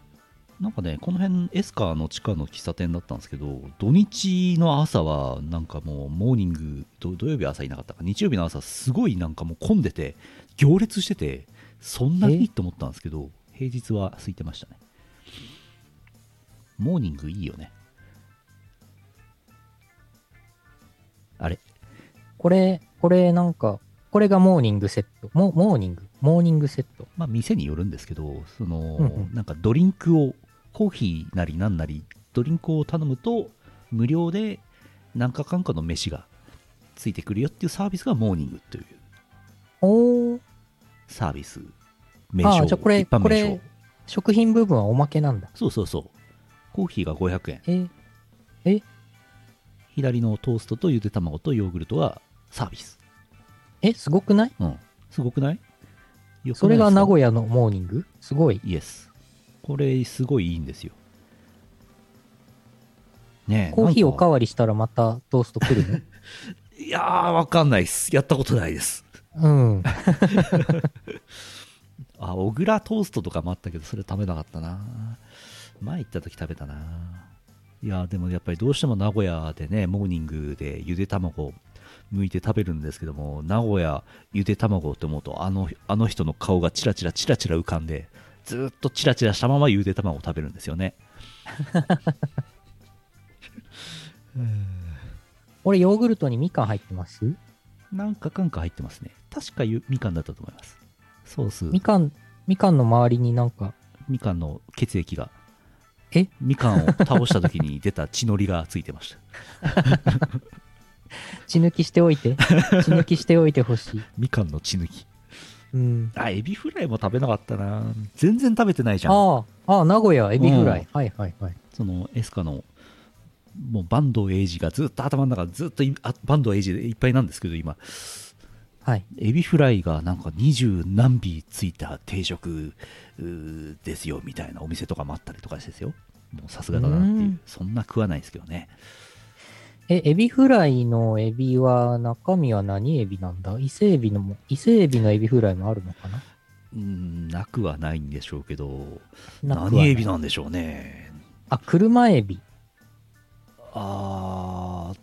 なんかね、この辺、エスカーの地下の喫茶店だったんですけど、土日の朝は、なんかもう、モーニング土、土曜日朝いなかったか、日曜日の朝、すごいなんかもう混んでて、行列してて、そんなに
え
と思ったんですけど、平日は空いてましたね。モーニングいいよね。あれ
これ、これなんか、これがモーニングセット。モモーニング、モーニングセット。
まあ、店によるんですけど、その、
うんうん
なんかドリンクをコーヒーなりなんなりドリンクを頼むと無料で何かかんかの飯がついてくるよっていうサービスがモーニングという
おー
サービス名称
あーじゃあこれ
一般
こ
名称
れ食品部分はおまけなんだ。
そうそうそうコーヒーが500円
えー
左のトーストとゆで卵とヨーグルトはサービス
え、すごくない
うんすごくないよくないですか
それが名古屋のモーニングすごい。
イエスこれすごいいいんですよねえ
コーヒーおか
わ
わりしたらまたトースト 来る
いやーわかんないっすやったことないです
のうん。
あ小倉トーストとかもあったけどそれ食べなかったな前行った時食べたないやーでもやっぱりどうしても名古屋でねモーニングでゆで卵剥いて食べるんですけども名古屋ゆで卵って思うとあのあの人の顔がチラチラチラチラ浮かんでずーっとチラチラしたままゆで卵を食べるんですよね
俺、ヨーグルトにみかん入ってます
なんかかんか入ってますね。確かゆみかんだったと思います。ソース、
み
み
かん、みかんの周りになんか、
かんの血液が。
え
みかんを倒した時に出た血のりがついてました。
血抜きしてお いて。血抜きしておいてほしい。
みかんの血抜き。
うん。
あ、エビフライも食べなかったな。全然食べてないじゃん。
ああ、ああ、名古屋、エビフライ。
うん
はいはいはい。
そのエスカの、もう坂東エイジがずっと頭の中、ずっといあ坂東エイジでいっぱいなんですけど、今。
はい。、
エビフライがなんか二十何尾ついた定食うーですよみたいなお店とかもあったりとかしてですよ。もうさすがだなっていううんそんな食わないですけどね。
え、エビフライのエビは、中身は何エビなんだ伊勢エビのも、伊勢エビのエビフライもあるのかな
うん、なくはないんでしょうけど、
なくはな
何
い
エビなんでしょうね。
あ、車エビ。
あー、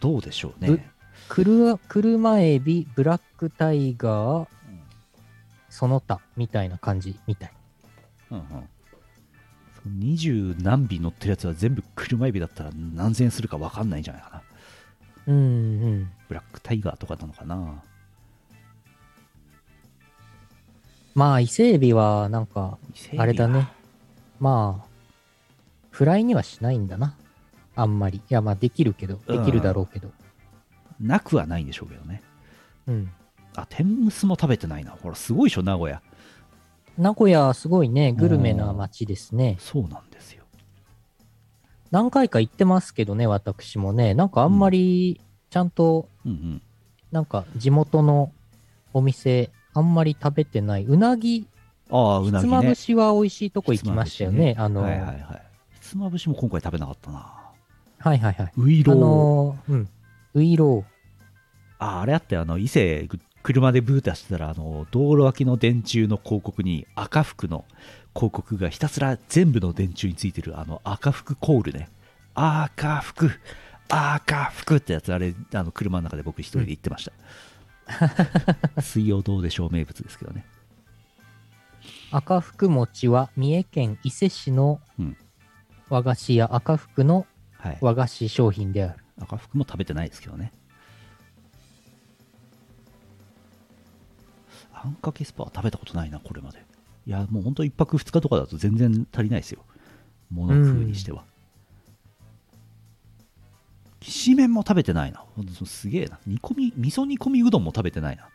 どうでしょうね。
クル車エビ、ブラックタイガー、その他みたいな感じみたい。
うんうんその20何尾乗ってるやつは全部車エビだったら何千円するか分かんないんじゃないかな。
うんうん。
ブラックタイガーとかなのかな。
まあ、伊勢エビは、なんか、
伊勢エビは
あれだね。まあ、フライにはしないんだな。あんまり。いや、まあ、できるけど、
うん
できるだろうけど。
なくはないんでしょうけどね。
うん。
あ、天むすも食べてないな。ほら、すごいでしょ、名古屋。
名古屋、すごいね、グルメな街ですね。
そうなんですよ。
何回か行ってますけどね、私もね。なんかあんまり、ちゃんと
うんうん。
なんか地元のお店、あんまり食べてない。うなぎ、
ああ、う
ひ
な
つ
ぎ
まぶ
ね。
しは美味しいとこ行きましたよね。
ひ
あの、は
はいい
は
はい
い
はい。ひつまぶしも今回食べなかったな。
はい。
うい
あ
ろう。
のー、うん。ういろう。
あ、あれあって、あの、伊勢、ぐ車でブータしてたら、あの、道路脇の電柱の広告に、赤服の広告がひたすら全部の電柱についてる、あの、赤服コールね。赤服、赤服ってやつ、あれ、あの、車の中で僕一人で行ってました。水曜どうでしょう名物ですけどね。
赤福餅は三重県伊勢市の
うん
和菓子屋赤福の
はい。
和菓子商品である。
赤福も食べてないですけどね。あんかけスパは食べたことないな、これまで。いや、もうほんと1泊2日とかだと全然足りないですよ。もの風にしては。きしめんも食べてないな。ほんとすげえな。煮込み、味噌煮込みうどんも食べてないな。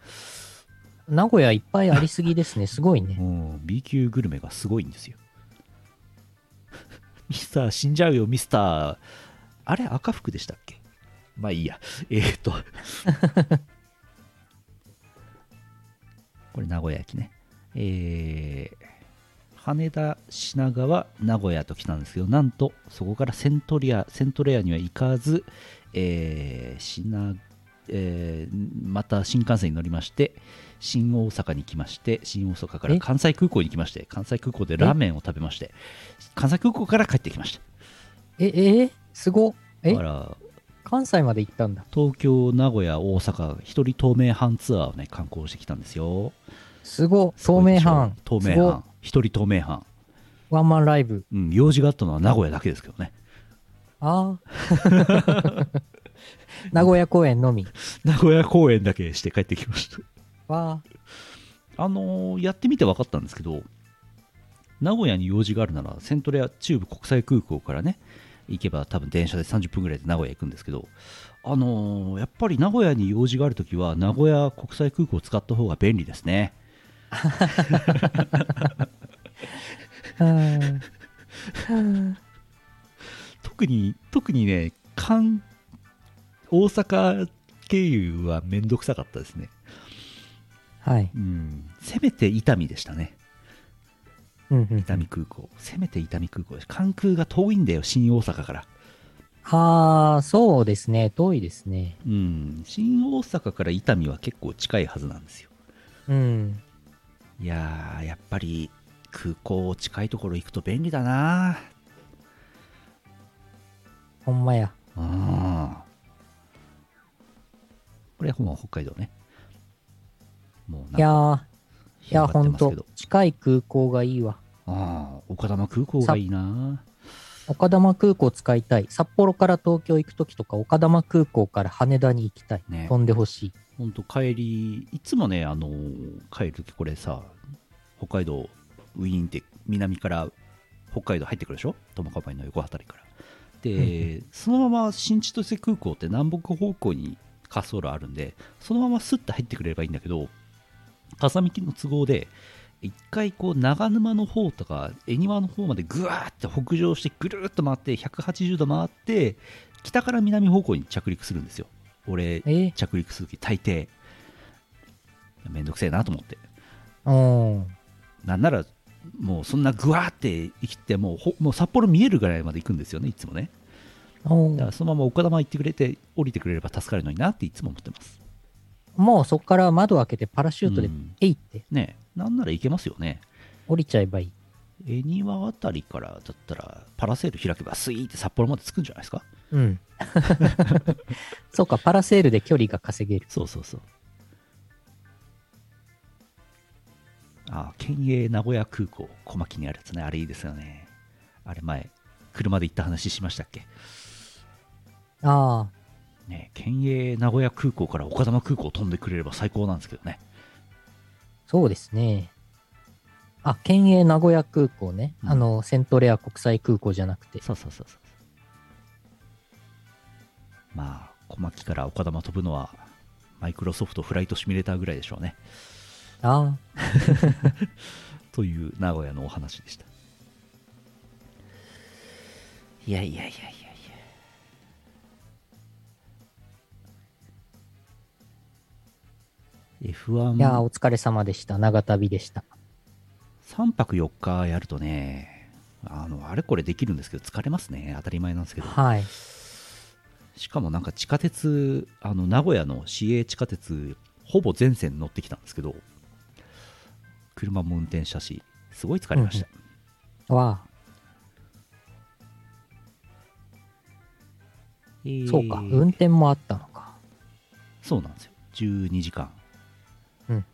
名古屋いっぱいありすぎ ですね。すごいうね。
ん、B 級グルメがすごいんですよ。 ミスター、死んじゃうよ、ミスター。あれ、赤服でしたっけまあいいや。えー、っと。 これ、名古屋駅ね。えー羽田、品川、名古屋と来たんですけど、なんと、そこからセントリア、セントレアには行かず、えー品えーまた新幹線に乗りまして、新大阪に来まして、新大阪から
え
関西空港に来まして、関西空港でラーメンを食べまして、関西空港から帰ってきました。
え、えーすご。え
だから、
関西まで行ったんだ。
東京、名古屋、大阪、一人透明版ツアーをね、観光してきたんですよ。
すご。透明版。
透明
すご
版。一人透明版。
ワンマンライブ。
うん、用事があったのは名古屋だけですけどね。
ああ。 名古屋公演のみ。
名古屋公演だけして帰ってきました。
わあ。
あのーやってみて分かったんですけど、名古屋に用事があるならセントレア中部国際空港からね行けば多分電車で30分ぐらいで名古屋行くんですけどあのーやっぱり名古屋に用事があるときは名古屋国際空港を使った方が便利ですね
うんうん
特に特にね関大阪経由は面倒くさかったですね
はい。
うんせめて伊丹でしたね
うんうん
伊丹空港せめて伊丹空港です関空が遠いんだよ新大阪から
ああ、そうですね。遠いですね。
うん新大阪から伊丹は結構近いはずなんですよ
うん。
いやーやっぱり空港近いところ行くと便利だな
ほんまや。
うんこれはもう北海道ねもう
いや
なんか
ー、いや、
広がって
ほん
ます
と
けど、
近い空港がいいわ。
ああ岡玉空港がいいな
岡玉空港使いたい。札幌から東京行くときとか、岡玉空港から羽田に行きたい。
ね
飛んでほしい。
ほんと帰りいつもねあのー帰る時これさ北海道ウィーンって南から北海道入ってくるでしょ苫小牧の横辺りから
うん
で、そのまま新千歳空港って南北方向に滑走路あるんでそのままスッと入ってくれればいいんだけど風向きの都合で一回こう長沼の方とか恵庭の方までぐわーって北上してぐるーっと回って180度回って北から南方向に着陸するんですよ俺
えー
着陸するとき大抵めんどくせえなと思って
うん。
なんならもうそんなぐわーって生きてもうほもう札幌見えるぐらいまで行くんですよねいつもね
うん
だからそのまま岡玉行ってくれて降りてくれれば助かるのになっていつも思ってます
もうそこから窓開けてパラシュートで
うん、
えいって
ねえなんなら行けますよね
降りちゃえばいい。
恵庭あたりからだったらパラセール開けばスイーって札幌まで着くんじゃないですか
うん。 そうか、パラセールで距離が稼げる。
そうそうそうああ県営名古屋空港小牧にあるやつねあれいいですよねあれ前車で行った話しましたっけ
あ
ねえ県営名古屋空港から岡玉空港飛んでくれれば最高なんですけどね
あ、そうですね。あ、県営名古屋空港ね。
うん
あの、セントレア国際空港じゃなくて。
そうそうそうそうまあ小牧から岡玉飛ぶのはマイクロソフトフライトシミュレーターぐらいでしょうね
あ
という名古屋のお話でしたいやいやいやいやいや
あ、いやー、
F13
お疲れ様でした。長旅でした。
泊4日やるとねあのあれこれできるんですけど疲れますね当たり前なんですけど
はい。
しかもなんか地下鉄あの名古屋の市営地下鉄ほぼ全線乗ってきたんですけど車も運転したしすごい疲れました、
わ
えー
あ、そうか。運転もあったのか。
そうなんですよ12時間、
うん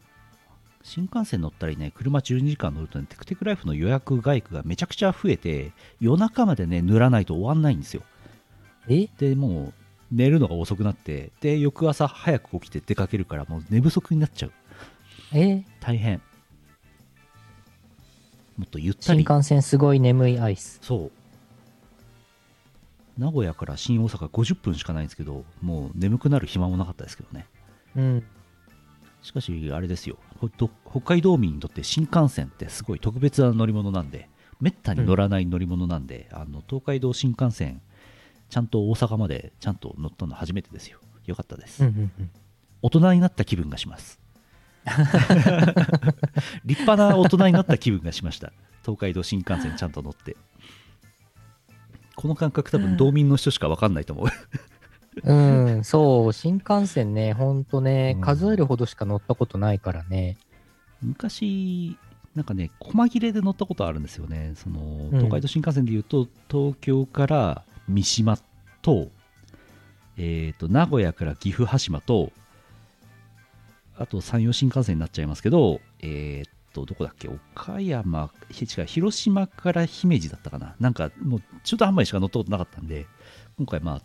新幹線乗ったりね車12時間乗るとねテクテクライフの予約外区がめちゃくちゃ増えて夜中までね塗らないと終わんないんですよ
え
でもう寝るのが遅くなってで翌朝早く起きて出かけるからもう寝不足になっちゃう
え
大変もっとゆった
新
り
幹線すごい眠いアイス。
そう名古屋から新大阪50分しかないんですけどもう眠くなる暇もなかったですけどね
うん。
しかし、あれですよ、ほっと北海道民にとって新幹線ってすごい特別な乗り物なんで、めったに乗らない乗り物なんで、あの東海道新幹線、ちゃんと大阪までちゃんと乗ったの初めてですよ。よかったです。
うんうんうん。
大人になった気分がします。 立派な大人になった気分がしました。東海道新幹線ちゃんと乗って。この感覚多分道民の人しか分かんないと思う。
うん、そう、新幹線ね、ほんとね
うん、
数えるほどしか乗ったことないからね。
昔なんかね細切れで乗ったことあるんですよねその
うん
東海道新幹線でいうと、東京から三島と,、えー、と名古屋から岐阜羽島とあと山陽新幹線になっちゃいますけどえっとどこだっけ岡山ひ違う広島から姫路だったかななんかもう中途半端にしか乗ったことなかったんで今回まあ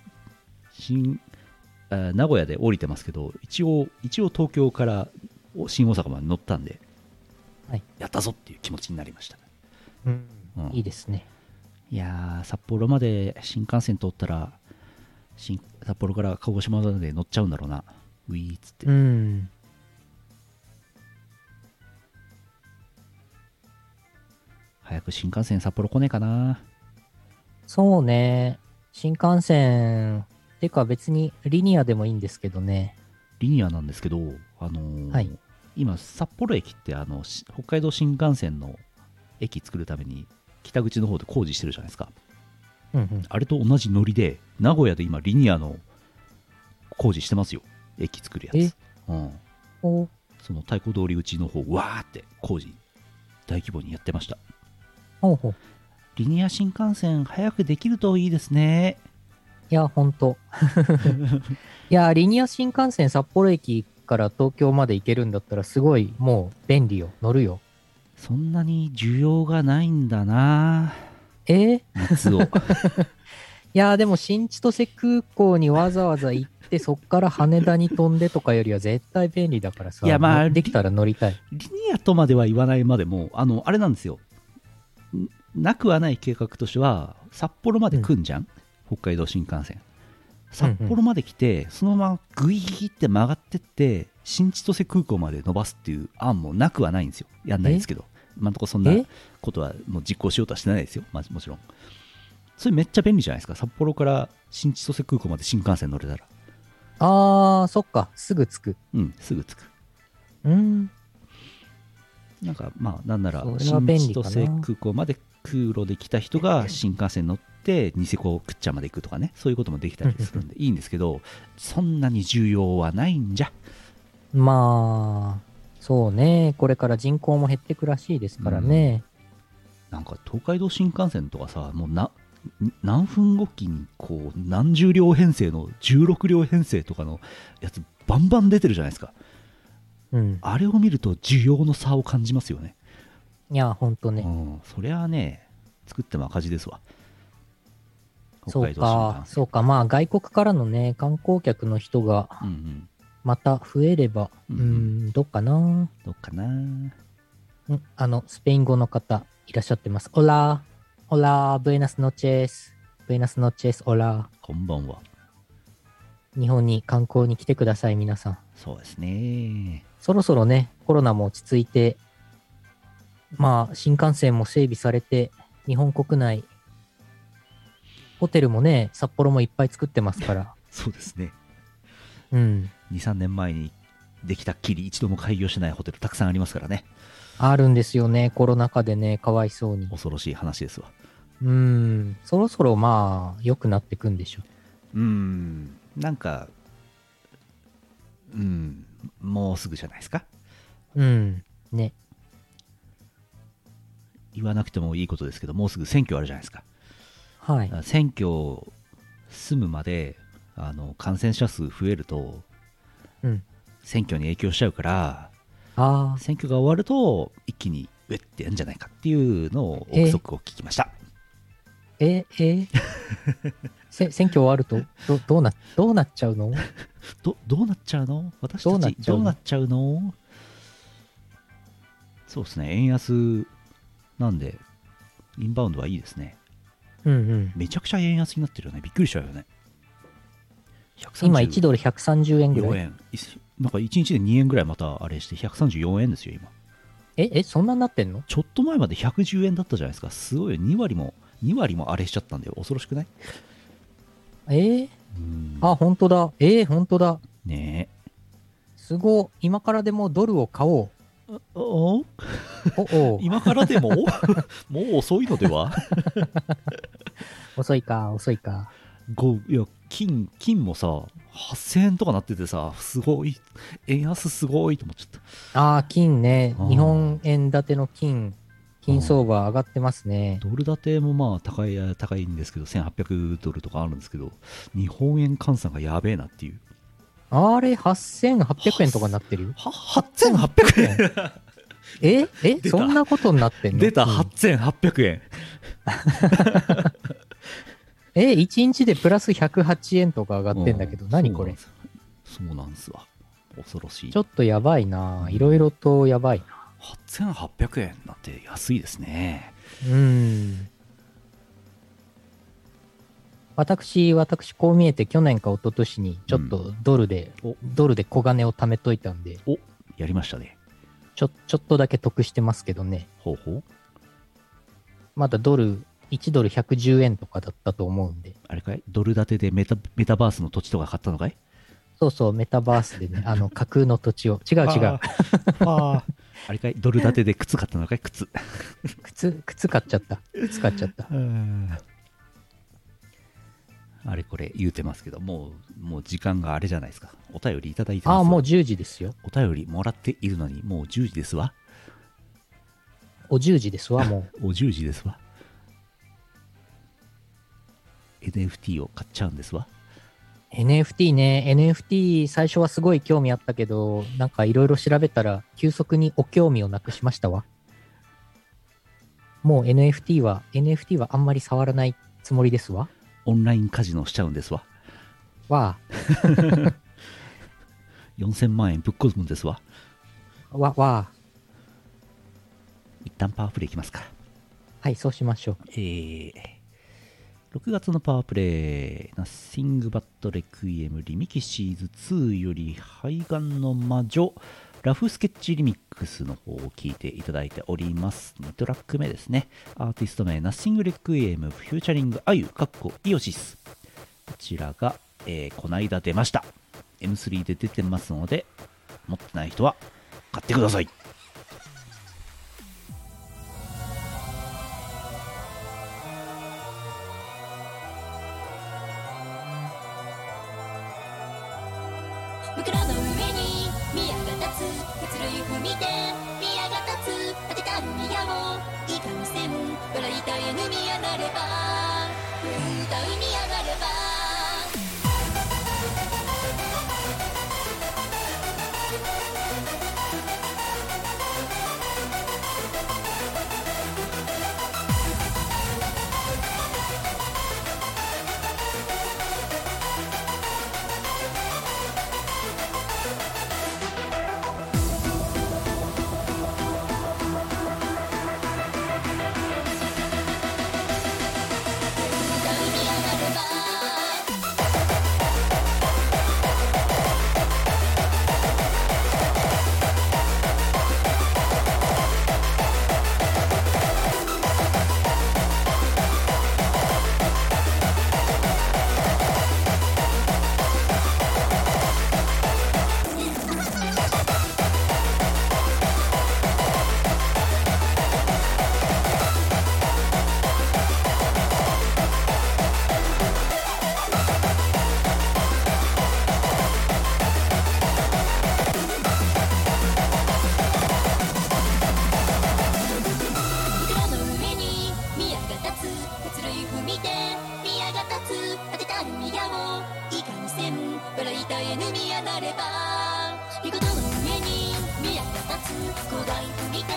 新あ名古屋で降りてますけど一応一応東京から新大阪まで乗ったんで、
はい
やったぞっていう気持ちになりました
うん
うん
いいですね。
いやー札幌まで新幹線通ったら新札幌から鹿児島まで乗っちゃうんだろうなウィーっつって、
うん。
早く新幹線札幌来ねえかな
そうね。新幹線、てか別にリニアでもいいんですけどね。
リニアなんですけど、あのー
はい
今札幌駅ってあのし北海道新幹線の駅作るために北口の方で工事してるじゃないですか
うんうん。
あれと同じノリで名古屋で今リニアの工事してますよ駅作るやつ、うん、
お
その太鼓通り口の方わーって工事大規模にやってました
ほうほう。
リニア新幹線早くできるといいですね
いや、ほんと。いや、リニア新幹線札幌駅から東京まで行けるんだったらすごいもう便利よ。乗るよ。
そんなに需要がないんだな
えー、い
夏 を
や、でも新千歳空港にわざわざ行って、そっから羽田に飛んでとかよりは絶対便利だからさ。
いやまあ
乗できたら乗りたい。
リニアとまでは言わないまでもあのあれなんですよんなくはない計画としては札幌まで来んじゃん、北海道新幹線札幌まで来て、そのままグイーって曲がってって新千歳空港まで伸ばすっていう案もなくはないんですよやんないんですけど今のところそんな
え
ことはもう実行しようとはしてないですよ、まあ、もちろんそれめっちゃ便利じゃないですか札幌から新千歳空港まで新幹線乗れたら
あー、そっか。すぐ着く。
うんすぐ着く
うん。
なんかまあなんなら
それは
新
便
千
利かな
歳空港まで空路で来た人が新幹線乗ってニセコクッチャまで行くとかねそういうこともできたりするんでいいんですけどそんなに重要はないんじゃ
まあ、そうね。これから人口も減ってくらしいですからね。
なんか東海道新幹線とかさもうな何分おきにこう何十両編成の16両編成とかのやつバンバン出てるじゃないですか
うん。
あれを見ると需要の差を感じますよね
いや、ほんとね
う。んそりゃあね作っても赤字ですわ北
そう
海道新
か、
幹線
そうか。まあ、外国からのね、観光客の人が
うんうん
また増えれば、う、
うんん
どうかな、うん
どっかな
あの、スペイン語の方、いらっしゃってます。オラオラブエナスノチェス。ブエナスノチェス、オラ
こんばんは。
日本に観光に来てください、皆さん。
そうですね。
そろそろね、コロナも落ち着いて、まあ、新幹線も整備されて、日本国内、ホテルもね、札幌もいっぱい作ってますから。
そうですね。
うん。
2、3年前にできたっきり一度も開業してないホテルたくさんありますからね。
あるんですよね、コロナ禍でね、かわいそうに。
恐ろしい話ですわ。
うーん、そろそろまあ、良くなってくんでしょ
うーん。なんか、うん。もうすぐじゃないですか。
う。うん、ね。
言わなくてもいいことですけど、もうすぐ選挙あるじゃないですか。
はい。
選挙済むまで、あの、感染者数増えると、
うん。
選挙に影響しちゃうから、
ああ、
選挙が終わると、一気に、うえってやんじゃないかっていうのを、
え
憶測を聞きました。
え、 えせ選挙終わるとどどうな、どうなっちゃうの
どどうなっちゃうの私
どうな
た
っ
ち
ちゃうの
どうなっちゃうのそうですね円安なんでインバウンドはいいですね
うんうん。
めちゃくちゃ円安になってるよねびっくりしちゃうよね
今1ドル130円ぐ
4
らい。
円いすなんか1日で2円ぐらいまたあれして134円ですよ今
え、え、そんなになってんの
ちょっと前まで110円だったじゃないですかすごいよ2割も2割もあれしちゃったんで恐ろしくない
えー、
うん
あ、本当だ。えー、本当だ。
ねえ
すごい。今からでもドルを買おう。
おお
おお
今から でももう遅いのでは
遅いか、遅いか。
ごいや金金もさ8000円とかなっててさすごい円安すごいと思っちゃっ
ああ、金ね
あ。ー
日本円建ての金、金相場上がってますね。
たドル建てもまあ高い高いんですけど1800ドルとかあるんですけど日本円換算がやべえなっていう
あれ、8800円とかになってるよ。
は8800円
ええ
た
そんなことになってんの
出た
うん
8800円
え、1日でプラス108円とか上がってんだけど、
う
何これ
そうなんですわ恐ろしい
ちょっとやばいな。いろいろとやばいな。
8800円なんて安いですね
うん。私、私、こう見えて去年か一昨年にちょっとドルで、
お
ドルで小金を貯めといたんで、
やりましたね。
ちょ、ちょっとだけ得してますけどね。
ほうほう。
まだドル、1ドル110円とかだったと思うんで。
あれかいドル建てでメタメタバースの土地とか買ったのかい
そうそう、メタバースでね、あの、架空の土地を。違う違う
あ。ー。あー あれかいドル建てで靴買ったのかい靴。
靴、靴買っちゃった。靴買っちゃ った。
あれこれ言うてますけど、もう、もう時間があれじゃないですか。お便りいただいてます
ああ、もう10時ですよ。
お便りもらっているのに、もう10時ですわ。
お10時ですわ、も
お10時ですわ。NFT を買っちゃうんですわ。
う。NFT ね、NFT 最初はすごい興味あったけど、なんかいろいろ調べたら、急速にお興味をなくしましたわ。もう NFT は、NFT はあんまり触らないつもりですわ。
オンラインカジノしちゃうんですわ。
わ
4000万円ぶっ込むんですわ。
あ、わ、わあ。
一旦パワープレイいきますか。
はい、そうしましょう。
えー、6月のパワープレイ、Nothing But Requiem リミキシーズ2より、肺がんの魔女、ラフスケッチリミックスの方を聞いていただいております。2トラック目ですね。アーティスト名、Nothing Requiem フューチャリングあゆ、かっこイオシス。こちらが、えーこないだ出ました。M3 で出てますので、持ってない人は買ってください。
僕らの上に宮が立つ鉄類踏みで宮が立つ当てたる宮もいかにせん笑い絶えぬ宮なれば歌う宮なれば歌う宮なれば僕らの上に宮が立つ鉄類踏みで宮が立つ当てたる宮をいかにせん笑い絶えぬ宮なれば御事の上に宮が立つ古代踏みで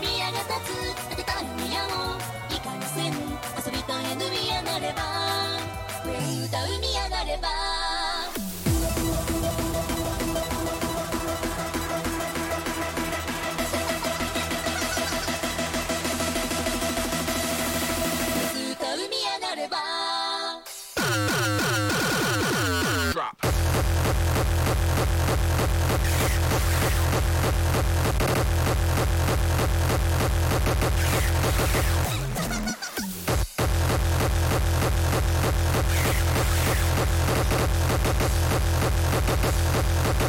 宮が立つ当てたる宮をいかにせん遊び絶えぬ宮なれば歌う宮なれば歌う宮なれば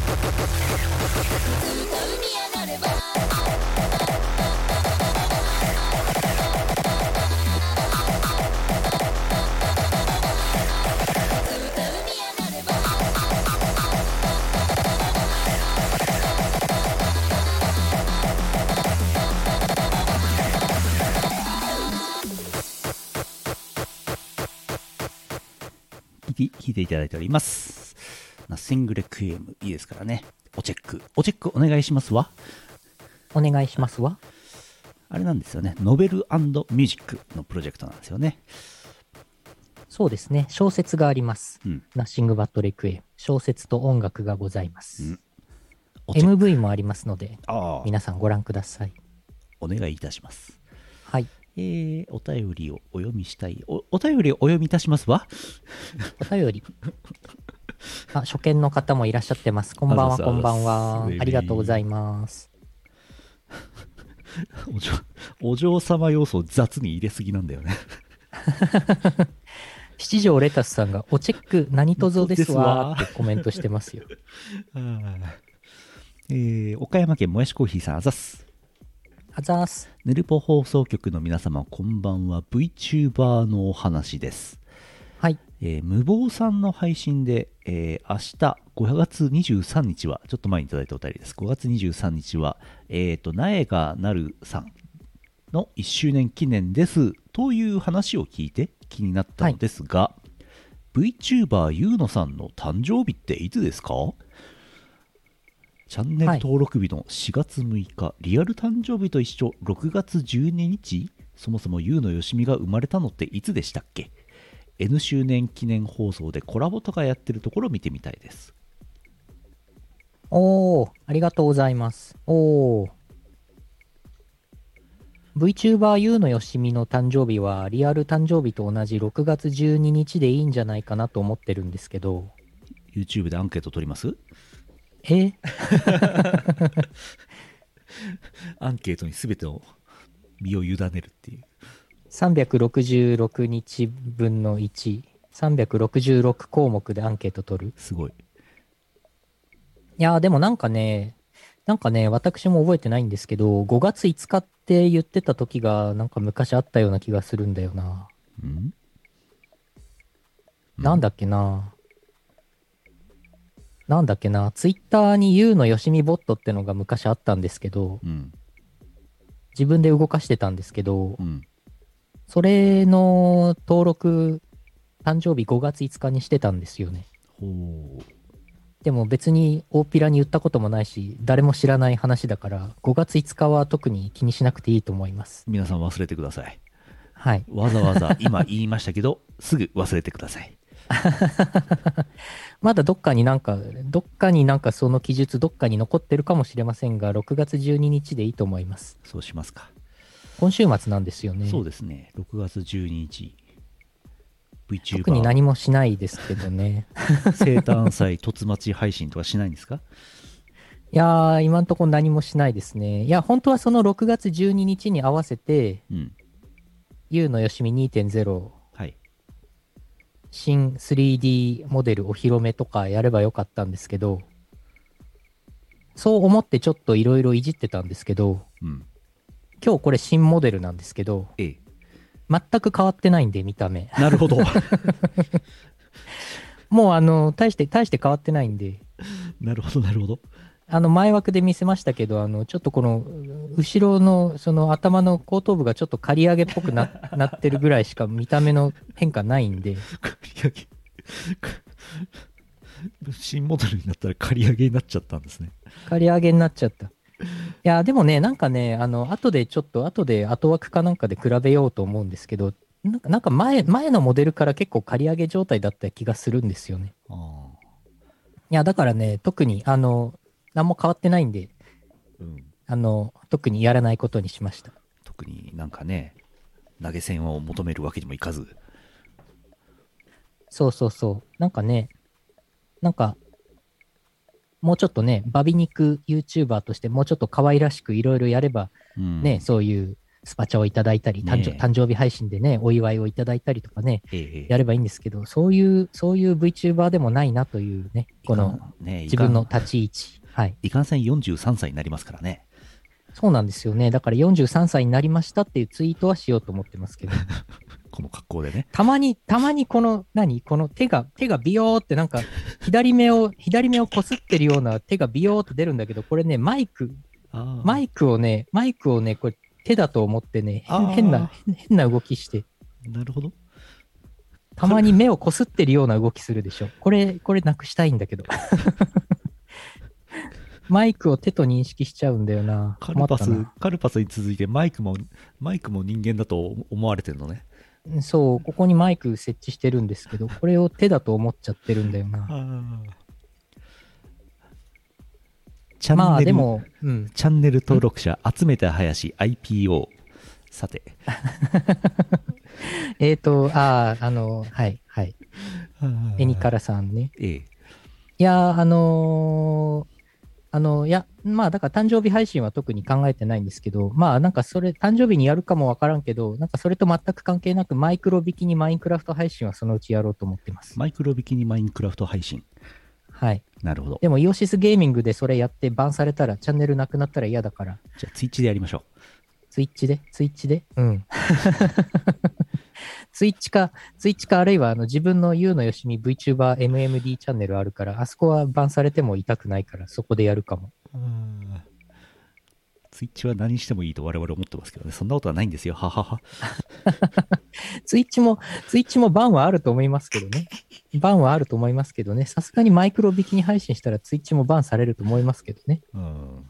歌う宮なれば歌う宮なれば
聞いて聞いていただいております。ナッシングレクイエムいいですからね。おチェック。おチェックお願いしますわ。
お願いしますわ。
あれなんですよね。ノベルミュージックのプロジェクトなんですよね。
そうですね。小説があります。
うん。
ナッシング・バット・レクエ。小説と音楽がございます。
うんおチェック。
MV もありますので、
ああ、
皆さんご覧ください。
お願いいたします。
はい。
えーお便りをお読みしたい。おお便りをお読みいたしますわ。
お便り。あ、初見の方もいらっしゃってます。こんばん
あ
は、
ざす
こんばん
あざ
は
す。
ありがとうございます。
お嬢お嬢様要素を雑に入れすぎなんだよね。
七条レタスさんが、おチェック何とぞですわーってコメントしてますよ。
えー岡山県もやしコーヒーさん、あざっす。
あざーす。
ヌルポ放送局の皆様、こんばんは。VTuber のお話です。
はい。
えー無謀さんの配信で、えー明日5月23日は、ちょっと前にいただいたお便りです。5月23日は、えっ、と、苗がなるさんの1周年記念ですという話を聞いて気になったのですが、VTuber ゆうのさんの誕生日っていつですかチャンネル登録日の4月6日、リアル誕生日と一緒6月12日そもそもゆうのよしみが生まれたのっていつでしたっけ N 周年記念放送でコラボとかやってるところを見てみたいです
おー、ありがとうございます。おー。VTuber U のよしみの誕生日は、リアル誕生日と同じ6月12日でいいんじゃないかなと思ってるんですけど、
YouTube でアンケート取ります
え
アンケートに全てを身を委ねるっていう
366日分の1、366項目でアンケート取る。
すごい
いやー、でもなんかね、なんかね、私も覚えてないんですけど、5月5日って言ってた時が、なんか昔あったような気がするんだよな。
うん
なんだっけな。なんだっけな。ツイッターに U のよしみボットってのが昔あったんですけど、
うん
自分で動かしてたんですけど
う、ん
それの登録、誕生日5月5日にしてたんですよね。
ほう
でも別に大っぴらに言ったこともないし、誰も知らない話だから、5月5日は特に気にしなくていいと思います。
皆さん忘れてください
はい。
わざわ ざ今言いましたけどすぐ忘れてください
まだどっかになんか、どっかになんかその記述どっかに残ってるかもしれませんが、6月12日でいいと思います。
そうしますか、
今週末なんですよね。
そうですね6月12日
特に
VTuber
何もしないですけどね。
生誕祭突待ち配信とかしないんですか
いやー、今んとこ何もしないですね。いや、本当はその6月12日に合わせて、
うん
U のよしみ2.0
はい
新 3D モデルお披露目とかやればよかったんですけど、そう思ってちょっといろいろいじってたんですけど、
うん
今日これ新モデルなんですけど、
ええ
全く変わってないんで見た目。
なるほど
もうあの、大して、大して変わってないんで、
なるほどなるほど
あの前枠で見せましたけど、あのちょっとこの後ろのその頭の後頭部がちょっと刈り上げっぽくななってるぐらいしか見た目の変化ないんで、
刈り上げ新モデルになったら刈り上げになっちゃったんですね
刈り上げになっちゃった。いや、でもね、なんかね、あの後でちょっと、後で後枠かなんかで比べようと思うんですけど、なんかなんか前前のモデルから結構刈り上げ状態だった気がするんですよね。
ああ
いや、だからね、特にあの何も変わってないんで、
うん
あの特にやらないことにしました。
特になんかね投げ銭を求めるわけにもいかず
そうそうそう。なんかね、なんか、もうちょっとね、バビ肉 YouTuber としてもうちょっと可愛らしくいろいろやれば
うん
ね、そういうスパチャをいただいたり、誕生
ねえ
誕生日配信でね、お祝いをいただいたりとかね、
ええええ
やればいいんですけど、そういう、そういう VTuber でもないなというね、こ
い
の
かんね
自分
い
の
かん
立ち位置。はい。
いかんせん43歳になりますからね
そうなんですよね。だから43歳になりましたっていうツイートはしようと思ってますけ ど。
この格好でね
たまに、たまにこの、何この手が、手がビヨーってなんか、左目を、左目をこすってるような手がビヨーって出るんだけど、これね、マイク、マ
前
イクをね、マイクをね、これ手だと思ってね、
あー
変変な、変変な動きして、
なるほど
たまに目をこすってるような動きするでしょ。これ、これなくしたいんだ けど。マイクを手と認識しちゃうんだよな。
カルパス
困ったな
カルパスに続いてマイクもマイクも人間だと思われてるのね
うんそう、ここにマイク設置してるんですけど、これを手だと思っちゃってるんだよな。
ああチャンネル、
まあでも、うん。
チャンネル登録者集めた林 IPO さて、
えっ、と、ああ、あの、はい、はい。エニカラさんね。
ええ
いやー、あのーあの、いや、まあ、だから誕生日配信は特に考えてないんですけど、まあ、なんかそれ、誕生日にやるかもわからんけど、なんかそれと全く関係なく、マイクロ引きにマインクラフト配信はそのうちやろうと思ってます。
マイクロビキニマインクラフト配信。
はい。
なるほど。
でも、イオシスゲーミングでそれやって、バンされたら、チャンネルなくなったら嫌だから、
じゃあ、ツイッチでやりましょ
ツイッチで、ツイッチで、うん。 ツイッチか、ツイッチか、あるいはあの自分の U のよしみ VTuberMMD チャンネルあるから、あそこはバンされても痛くないから、そこでやるかも。
う。ツイッチは何してもいいと我々思ってますけどね、そんなことはないんですよ、ははは。
ツイッチも、ツイッチもバンはあると思いますけど ね。バンはあると思いますけどね。さすがにマイクロビキニ配信したらツイッチもバンされると思いますけどね。
うん。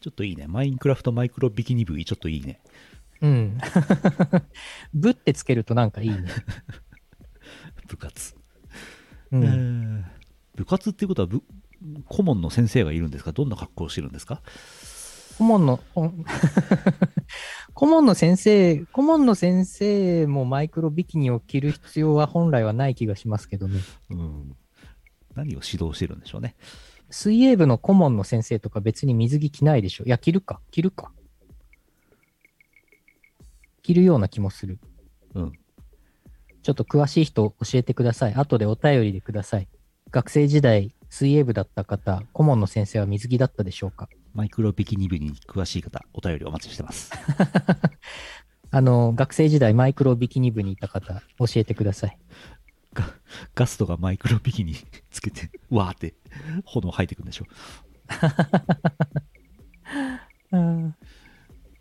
ちょっといいね。マインクラフトマイクロビキニ部、ちょっといいね。
うん。 ぶってつけるとなんかいいね。
部活。
う
え
ん。
ー部活っていうことは部、顧問の先生がいるんですかどんな格好をしてるんですか
顧問の、ほん 顧問の先生、顧問の先生もマイクロビキニを着る必要は本来はない気がしますけどね。
うん。何を指導してるんでしょうね。
水泳部の顧問の先生とか別に水着着ないでしょ。いや、着るか、着るか。着るような気もする。
うん。
ちょっと詳しい人教えてください。後でお便りでください。学生時代、水泳部だった方、顧問の先生は水着だったでしょうか
マイクロビキニ部に詳しい方、お便りお待ちしてます。
あの、学生時代マイクロビキニ部にいた方、教えてください。
ガガストがマイクロビキニつけて、わーって炎吐いてくんでしょ。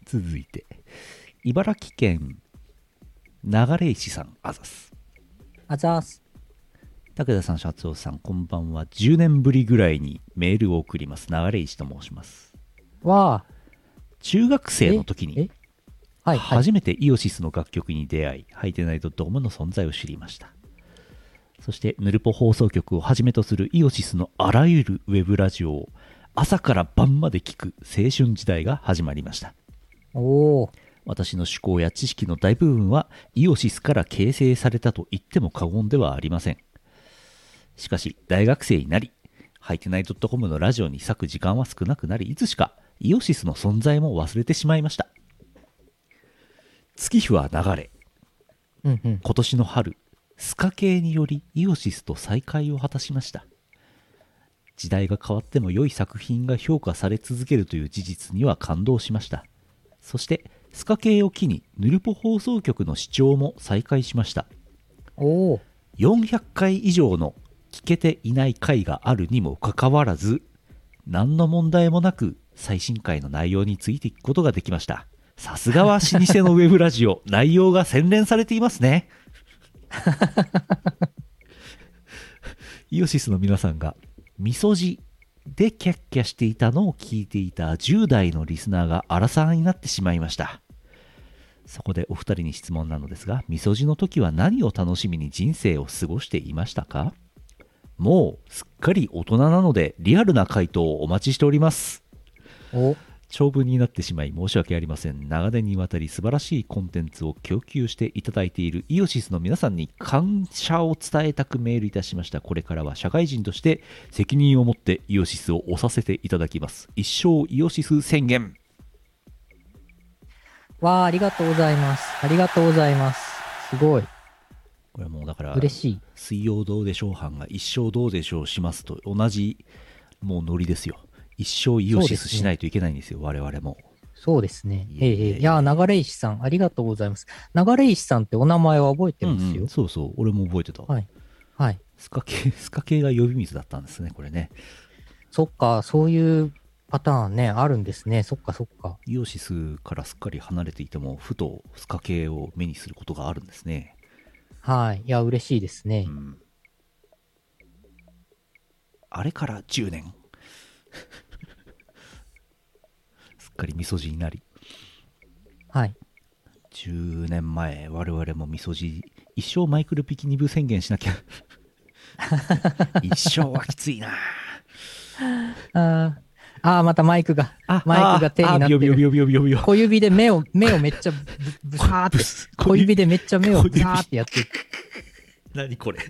続いて、茨城県流石さん、あざす。
あざーす。
武田さん、社長さん、こんばんは。10年ぶりぐらいにメールを送ります。流石と申します。
わあ。
中学生の時
ええ
に、
はい、はい。
初めてイオシスの楽曲に出会い、ハイテナイトドームの存在を知りました。そして、ヌルポ放送局をはじめとするイオシスのあらゆるウェブラジオを朝から晩まで聞く青春時代が始まりました。
おー。
私の趣向や知識の大部分はイオシスから形成されたと言っても過言ではありませんしかし大学生になりハイテナイドットコムのラジオに割く時間は少なくなりいつしかイオシスの存在も忘れてしまいました月日は流れ
うんうん。
今年の春スカ系によりイオシスと再会を果たしました時代が変わっても良い作品が評価され続けるという事実には感動しましたそしてスカ系を機にヌルポ放送局の視聴も再開しました
おー。
400回以上の聞けていない回があるにもかかわらず何の問題もなく最新回の内容についていくことができましたさすがは老舗のウェブラジオ内容が洗練されていますねイオシスの皆さんがみそじでキャッキャしていたのを聞いていた10代のリスナーが荒さになってしまいましたそこでお二人に質問なのですが、みそじの時は何を楽しみに人生を過ごしていましたかもうすっかり大人なので、リアルな回答をお待ちしております。
お
長文になってしまい申し訳ありません長年にわたり素晴らしいコンテンツを供給していただいているイオシスの皆さんに感謝を伝えたくメールいたしましたこれからは社会人として責任を持ってイオシスを推させていただきます一生イオシス宣言
わあ、ありがとうございます。ありがとうございます。すごい。
これはもうだから
嬉しい。
水曜どうでしょう班が一生どうでしょうしますと同じもうノリですよ一生イオシスしないといけないんですよ我々も
そうですね。
いえ
え
い
え
えいえ
いやー、流石さん、ありがとうございます。流石さんってお名前は覚えてますよ。
うんうんそうそう俺も覚えてた、
はい。はい。
スカ系スカ系が呼び水だったんですねこれね
そっか、そういうパターンね、あるんですね。そっか、そっか。
イオシスからすっかり離れていてもふとスカ系を目にすることがあるんですね
はい。いや、嬉しいですね
う。んあれから10年 すっかりみそじになり
はい。
10年前我々もみそじ一生マイクロビキニ部宣言しなきゃ一生はきついな
あーああ、またマイクが
あ、
マイクが手になってる
あビヨビヨビヨビヨビヨビヨ。
小指で目を、目をめっちゃぶ、ぶさーって、小指
で。
でめっちゃ目を
小
ぶ
指
さーってやってる。
何これ。
こ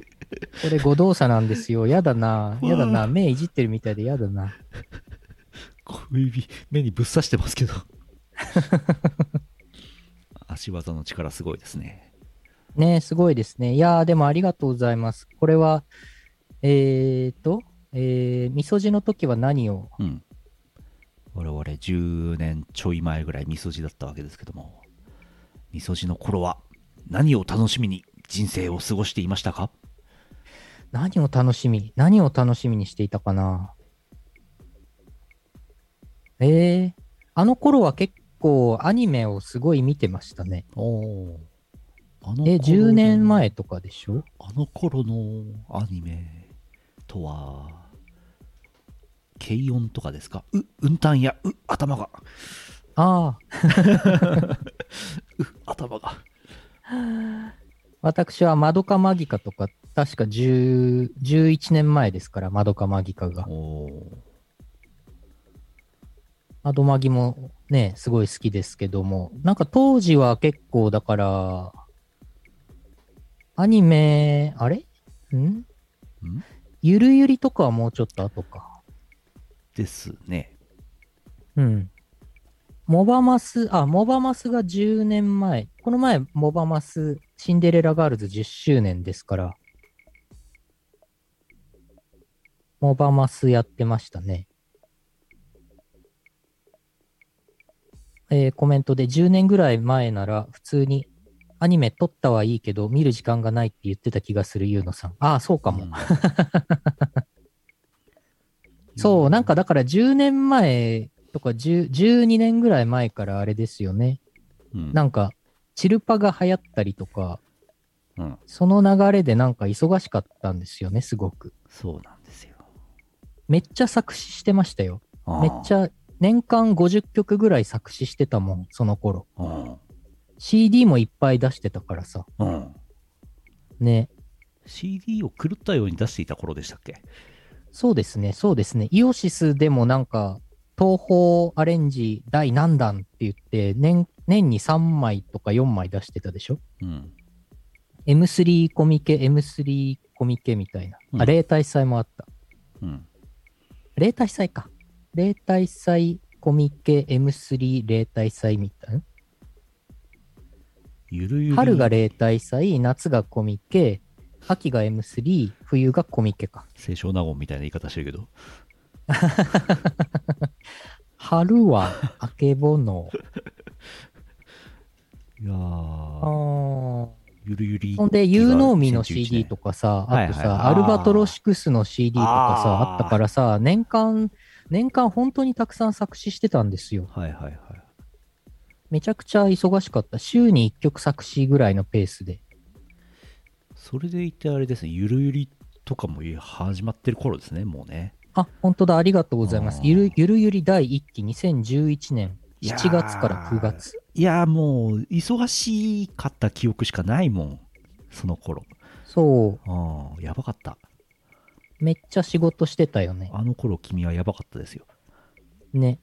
れ誤動作なんですよ。やだな。
うわー
やだな。目いじってるみたいでやだな。
小指、目にぶっ刺してますけど。 足技の力すごいですね。
ねすごいですね。いやー、でもありがとうございます。これは、えーと、えー、みそじの時は何を
うん。我々10年ちょい前ぐらいみそじだったわけですけども、みそじの頃は何を楽しみに人生を過ごしていましたか
何を楽しみ何を楽しみにしていたかなえー、あの頃は結構アニメをすごい見てましたね。
おお。あの
え、
頃の
10年前とかでしょ
あの頃のアニメとは、軽音とかですかう、うんたんや、う、頭が、
ああ、
頭が。
私はマドカマギカとか、確か10 11年前ですから、マドカマギカが。
お
マドマギもね、すごい好きですけども、なんか当時は結構だから、アニメ、あれん
ん
ゆるゆりとかはもうちょっと後か。
ですね。
うん。モバマス、あ、モバマスが10年前。この前、モバマス、シンデレラガールズ10周年ですから。モバマスやってましたね。えーコメントで10年ぐらい前なら普通にアニメ撮ったはいいけど見る時間がないって言ってた気がするゆうのさん。 ああ、そうかも。そう、なんかだから10年前とか10 12年ぐらい前からあれですよね。
うん、
なんか、チルパが流行ったりとか、
うん、
その流れでなんか忙しかったんですよね、すごく。
そうなんですよ。
めっちゃ作詞してましたよ。めっち
ゃ。
ゃ、年間50曲ぐらい作詞してたもん、その頃。
うん。
CD もいっぱい出してたからさ。
うん。
ね。
CD を狂ったように出していた頃でしたっけ
そうですね、そうですね。イオシスでもなんか、東宝アレンジ第何弾って言って年、年に3枚とか4枚出してたでしょ
うん。
M3 コミケ、M3 コミケみたいな。
うん
あ、例大祭もあった。
うん。
例大祭か。例大祭コミケ M3 例大祭みたいな。
ゆるゆる。
春が例大祭、夏がコミケ、秋が M3、冬がコミケか。
清少納言みたいな言い方してるけど。
春はあけ ぼの。
いや
あ
ー、
ー
ゆるゆり。
ほんで、ユーノーミの CD とかさ、あと
はいはい
さ、アルバトロシクスの CD とか
あ
さ、
ー
あったからさ、年間、年間本当にたくさん作詞してたんですよ。
はいはいはい。
めちゃくちゃ忙しかった。週に1曲作詞ぐらいのペースで。
それでいてあれですね、ゆるゆりとかも始まってる頃ですね、もうね。
あ、本当だ、ありがとうございます。
あー
ゆるゆるゆり第1期2011年
いやー
7月から9月。
いやーもう、忙しかった記憶しかないもん、その頃。
そ
ああ、やばかった。
う、めっちゃ仕事してたよね。
あの頃君はやばかったですよ。
ね。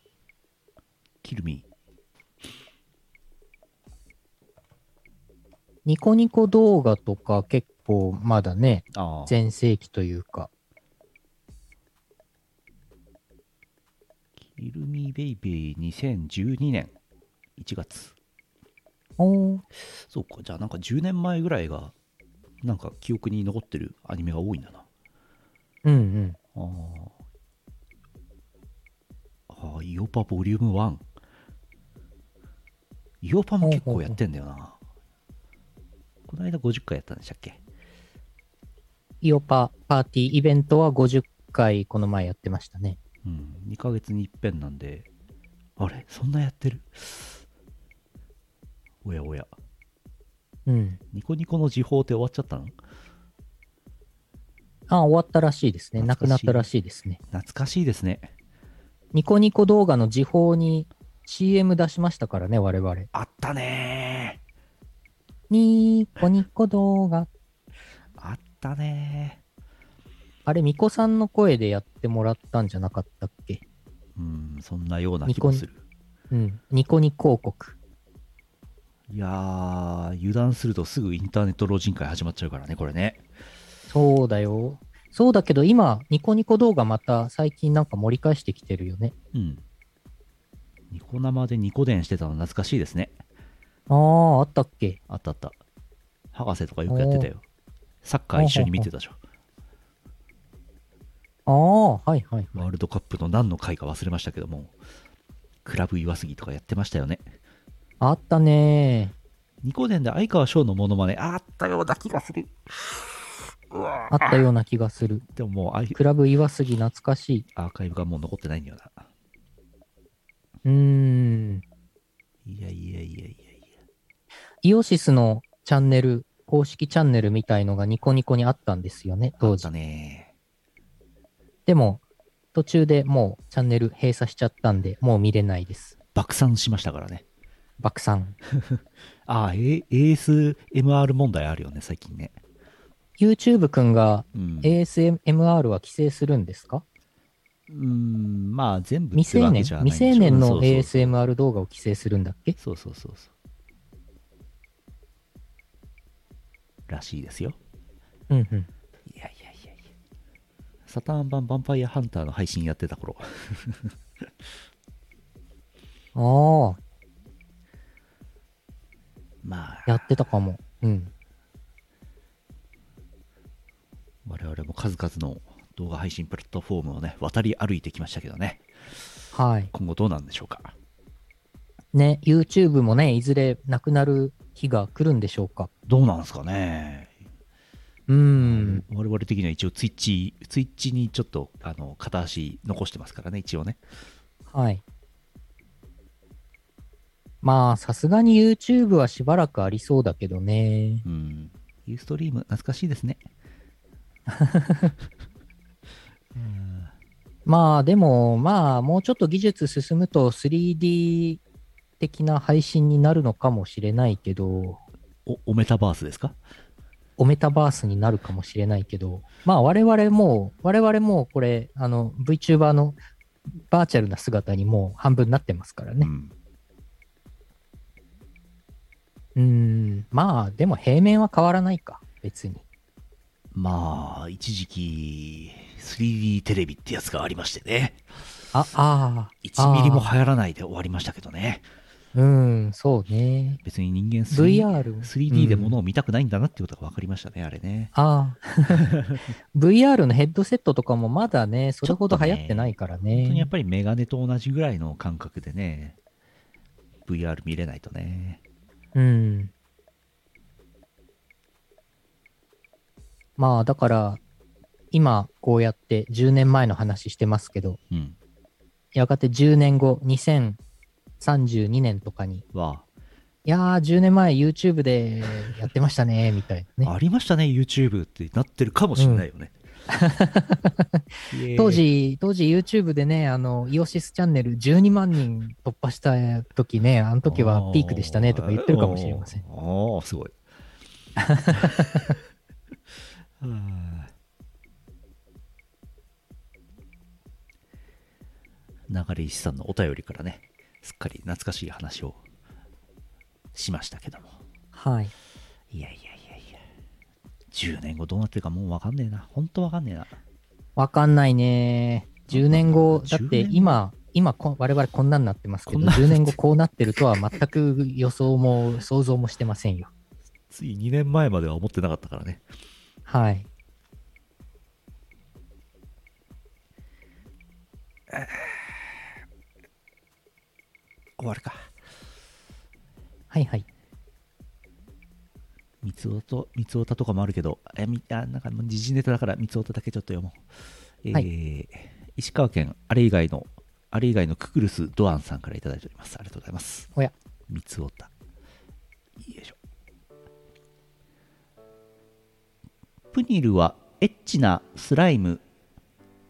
キルミ。
ニコニコ動画とか結構まだね、
ああ、
全盛期というか。
キルミベイベー2012年1月。
おー
そうか、じゃあなんか10年前ぐらいが、なんか記憶に残ってるアニメが多いんだな。
うんうん。
ああ。ああ、イオパボリューム1。イオパも結構やってんだよな。この間50回やったんでしたっけ
イオパパーティーイベントは50回この前やってましたね。
うん、2ヶ月に一遍なんで、あれそんなやってるおやおや、
うん。
ニコニコの時報って終わっちゃったの
あ、終わったらしいですね。なく
懐か
なっ
しい
たらしいですね。
懐かしいですね。
ニコニコ動画の時報に CM 出しましたからね、我々。
あったね
ニーコニコ動画。
ーあったね
あれ、ミコさんの声でやってもらったんじゃなかったっけ
ーうん、そんなような気もする。
うん。ニコニコ広告。
いやー、油断するとすぐインターネット老人会始まっちゃうからね、これね。
そうだよ。そうだけど今、ニコニコ動画また最近なんか盛り返してきてるよね。
うん。ニコ生でニコ伝してたの懐かしいですね。
ああ、あったっけ
あったあった。博士とかよくやってたよ。サッカー一緒に見てたでしょ。
ああ、はいはい
ワールドカップの何の回か忘れましたけども、クラブ岩杉とかやってましたよね。
あったね
ニコ伝で相川翔のモノマネあったような気がする。
あったような気がする。
でももうアイ
クラブ岩杉懐かしい。
アーカイブがもう残ってないんだよな。
うーん。
いやいやいやいやいや。
イオシスのチャンネル、公式チャンネルみたいのがニコニコにあったんですよね、
あ
当
っ
時
た。ね。
でも、途中でもうチャンネル閉鎖しちゃったんで、もう見れないです。
爆散しましたからね。
爆散。
ああ、A- ASMR 問題あるよね、最近ね。
YouTube くんが
うん。
ASMR は規制するんですか
うん、まあ全部
未成年
ってわけ
未
じゃない
成年の
んでしょ
ASMR 動画を規制するんだっけ
そうそうそうそうそうそう。らしいですよ。
うんうん。
いやいやいやいや。サターン版ヴァンパイアハンターの配信やってた頃。
ああ、
まあ、
やってたかも。うん。
我々も数々の動画配信プラットフォームをね、渡り歩いてきましたけどね。
はい。
今後どうなんでしょうか。
ね、YouTube もね、いずれなくなる日が来るんでしょうか。
どうなんですかね。
うーん。
我々的には一応ツイッチ、ツイッチにちょっと、あの、片足残してますからね、一応ね。
はい。まあ、さすがに YouTube はしばらくありそうだけどね。
うん。ユーストリーム、懐かしいですね。うん
まあ、でも、まあ、もうちょっと技術進むと 3D 的な配信になるのかもしれないけど、
お、おメタバースですか
おメタバースになるかもしれないけど、まあ、我々も、我々もこれ、あの、VTuber のバーチャルな姿にもう半分なってますから
う
ね。
ん。
うーん、まあ、でも平面は変わらないか、別に。
まあ、一時期、3D テレビってやつがありましてね。
あ、ああ。
1ミリも
ああ
流行らないで終わりましたけどね。
うん、そうね。
別に人間 3D,
VR を
3D で
うん
物を見たくないんだなっていうことが分かりましたね、あれね。
あ あ。VR のヘッドセットとかもまだね、それほど流行ってないから
本当にや
ね
っ。ぱりメガネと同じぐらいの感覚でね、VR 見れないとね。
うん。まあ、だから、今、こうやって10年前の話してますけど、
うん。
やがて10年後、2032年とかに、
は、
いやー、10年前 YouTube でやってましたね、みたいなね。
ありましたね、YouTube ってなってるかもしれないよね。イエーイ
当、時、当時 YouTube でね、あの、イオシスチャンネル12万人突破した時ね、あの時はピークでしたねとか言ってるかもしれません。
おーおーすごい。 はあ流れ石さんのお便りからね、すっかり懐かしい話をしましたけども。
はい。
いやいやいやいや。10年後どうなってるかもうわかんねえな。ほんとわかんねえな。
わかんないね。10年後、だっ
10
て
年
今、今こ、我々こんなんなってますけ
こん
ど、
なん
10年後こうなってるとは全く予想も想像もしてませんよ。
つい2年前までは思ってなかったからね。
はい。
終わるか。
はいはい。
三つおと、三つおたとかもあるけど、え、み、あ、なんかもう時事ネタだから三つおただけちょっと読もう。えー
は
石川県、あれ以外の、あれ以外のククルス・ドアンさんからいただいております。ありがとうございます。
おや。
三つおた。よいしょ。プニルはエッチなスライム、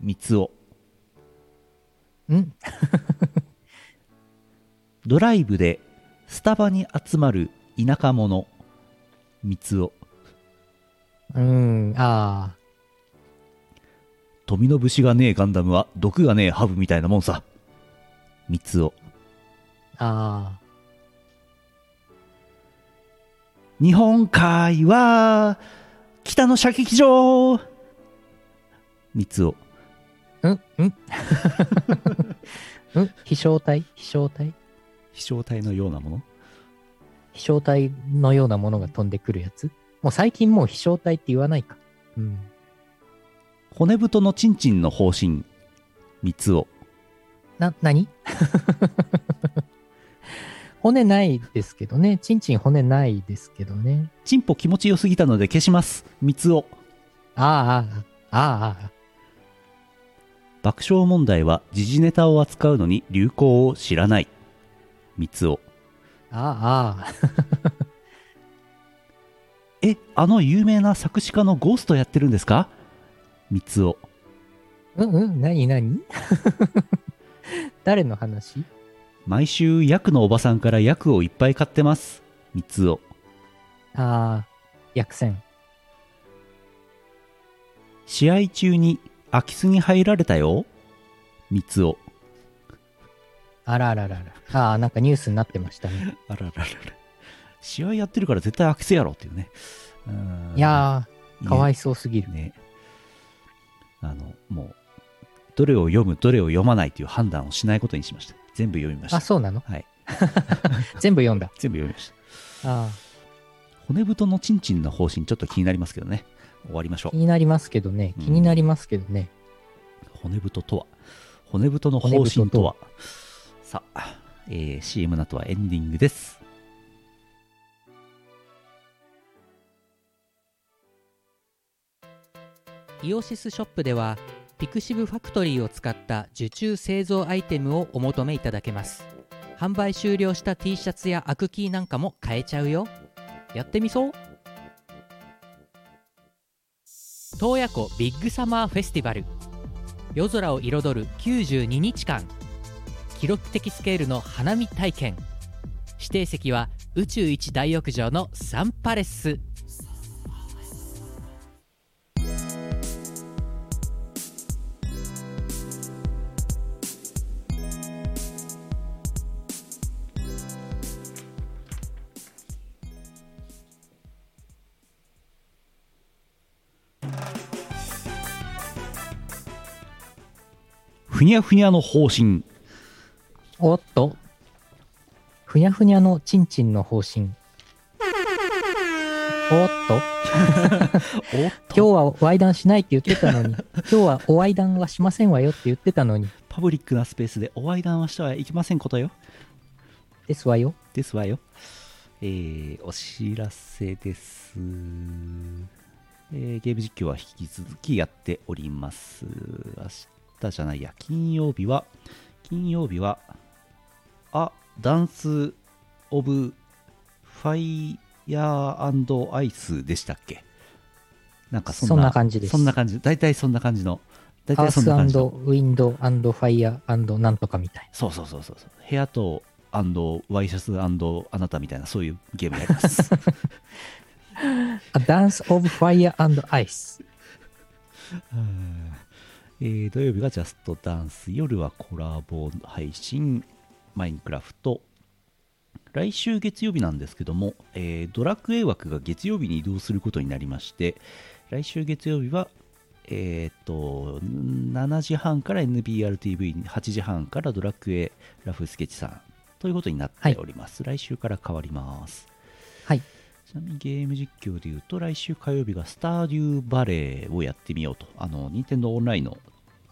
三つお。
ん
ドライブでスタバに集まる田舎者、三つお。
うーん、あ
富の節がねえガンダムは毒がねえハブみたいなもんさ。三つお。
ああ、
日本海は、北の射撃場三つお。
うんうん うん飛翔体飛翔体
飛翔体のようなもの
飛翔体のようなものが飛んでくるやつもう最近もう飛翔体って言わないか。うん。
骨太のチンチンの方針。三つお。
な、何 骨ないですけどね。ちんちん骨ないですけどね。
チンポ気持ちよすぎたので消します。三つお。
ああ、ああ、ああ、
爆笑問題は時事ネタを扱うのに流行を知らない。三つお。
ああ、ああ、
え、あの有名な作詞家のゴーストやってるんですか三つお。
うんうん、何何 誰の話
毎週ヤクのおばさんからヤクをいっぱい買ってます。三つお。
ああ、薬膳。
試合中に空き巣に入られたよ。三つお。
あらあらあらあら。ああ、なんかニュースになってましたね。
あらららら。試合やってるから絶対空き巣やろっていうね。うーん
いやー、かわい
そ
そうすぎる。
ね。あの、もう、どれを読む、どれを読まないという判断をしないことにしました。全部読みました。
あ、そうなの
はい。
全部読んだ。
全部読みました。
ああ、
骨太のチンチンの方針ちょっと気になりますけどね。終わりましょ
気
う。
になりますけどね。気になりますけどね。
骨太とは骨太の方針とはさあ、えー CM の後はエンディングです。
イオシスショップではピクシブファクトリーを使った受注製造アイテムをお求めいただけます販売終了した T シャツやアクキーなんかも買えちゃうよやってみそう洞爺湖ビッグサマーフェスティバル夜空を彩る92日間記録的スケールの花見体験指定席は宇宙一大浴場のサンパレス
ふにゃふにゃの方針。
おっと。ふにゃふにゃのちんちんの方針。おっと。
おっと
今日はワイダンしないって言ってた のに、今日はおワイダンはしませんわよって言ってたのに、
パブリックなスペースでお会談はしてはいけませんことよ。
ですわよ。
ですわよ。えー、お知らせです。えーゲーム実況は引き続きやっております。明日じゃないや、金曜日は、金曜日は、あ、ダンス・オブ・ファイヤーアイスでしたっけなんかそんな
そんな感じです
そんな感じ。大体そんな感じの。大
アー
体そん
スウ
な感じの。
ィンドウファイアなんとかみたい
そうそうそうそうそう。部屋とワイシャツあなたみたいな、そういうゲームやります。
な。あダンス・オブ・ファイアアイス。
うんえー土曜日がジャストダンス、夜はコラボ配信、マインクラフト。来週月曜日なんですけども、えードラクエ枠が月曜日に移動することになりまして、来週月曜日は、えーっと、7時半から NBRTV、8時半からドラクエラフスケッチさんということになっております。来週から変わります。
はい。
ちなみにゲーム実況で言うと、来週火曜日がスターデューバレーをやってみようと、あの、任天堂オンラインの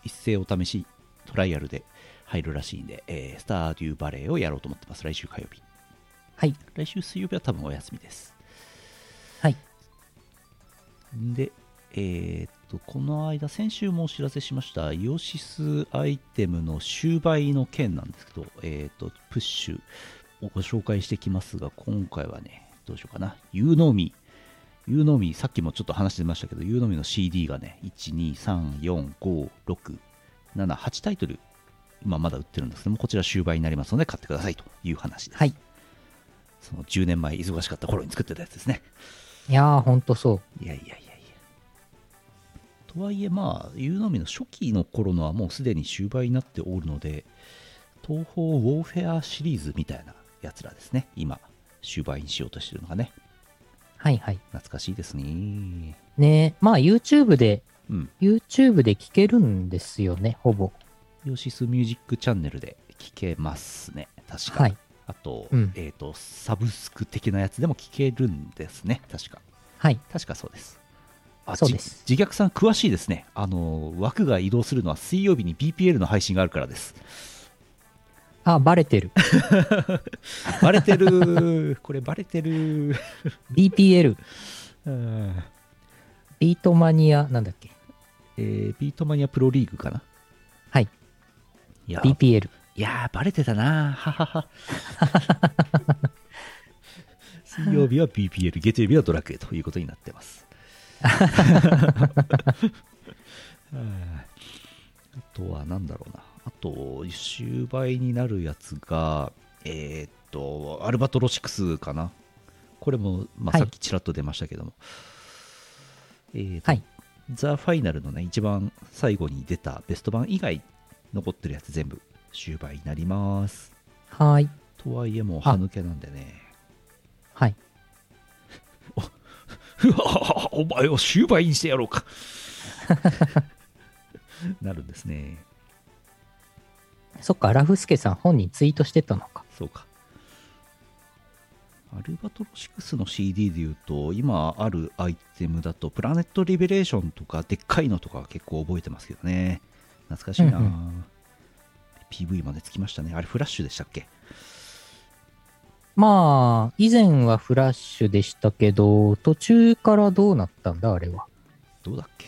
一斉お試しトライアルで入るらしいんで、えースターデューバレーをやろうと思ってます、来週火曜日。
はい。
来週水曜日は多分お休みです。
はい。
で、えーっと、この間、先週もお知らせしました、イオシスアイテムの終売の件なんですけど、えーっと、プッシュをご紹介してきますが、今回はね、どうしようかな、ユーノーミー、ユーノーミー、さっきもちょっと話してましたけど、ユーノーミーの CD がね、1、2、3、4、5、6、7、8タイトル、今まだ売ってるんですけども、こちら終売になりますので、買ってくださいという話です。
はい。
その10年前忙しかった頃に作ってたやつですね。
いやー、ほんとそう。
いやいやいやいや。とはいえまあ、ゆうのみの初期の頃のはもうすでに終売になっておるので、東方ウォーフェアシリーズみたいなやつらですね今終盤にしようとしてるのがね
はいはい。
懐かしいですね
ねまあ YouTube で、
うん
YouTube で聴けるんですよね、ほぼ。
ヨシスミュージックチャンネルで聴けますね確か、
はい。
あと,、
うん
えー、とサブスク的なやつでも聴けるんですね確か
はい。
確かそうですあ
そうです
じ自虐さん詳しいですねあの枠が移動するのは水曜日に BPL の配信があるからです
あ、バレてる。
バレてる これバレてる
BPL、
うん
ビートマニア、なんだっけ
えービートマニアプロリーグかな
はい
いや
?BPL。
いやーバレてたなはは は水曜日は BPL 月曜日はドラクエということになってます うんあとは何だろうなあと終売になるやつがえーっとアルバトロシクスかなこれも、まあ、
はい
さっきちらっと出ましたけども、えーと
はい
ザ・ファイナルのね一番最後に出たベスト版以外残ってるやつ全部終売になります
はーい。
とはいえもう歯抜けなんでね
はい。
ふわ お前を終売にしてやろうか なるんですね
そっか、ラフスケさん本人ツイートしてたのか。
そうかアルバトロシクスの CD でいうと今あるアイテムだとプラネットリベレーションとかでっかいのとかは結構覚えてますけどね懐かしいな、
うんう
PV までつきましたねあれフラッシュでしたっけ
まあ、以前はフラッシュでしたけど、途中からどうなったんだ、あれは。
どうだっけ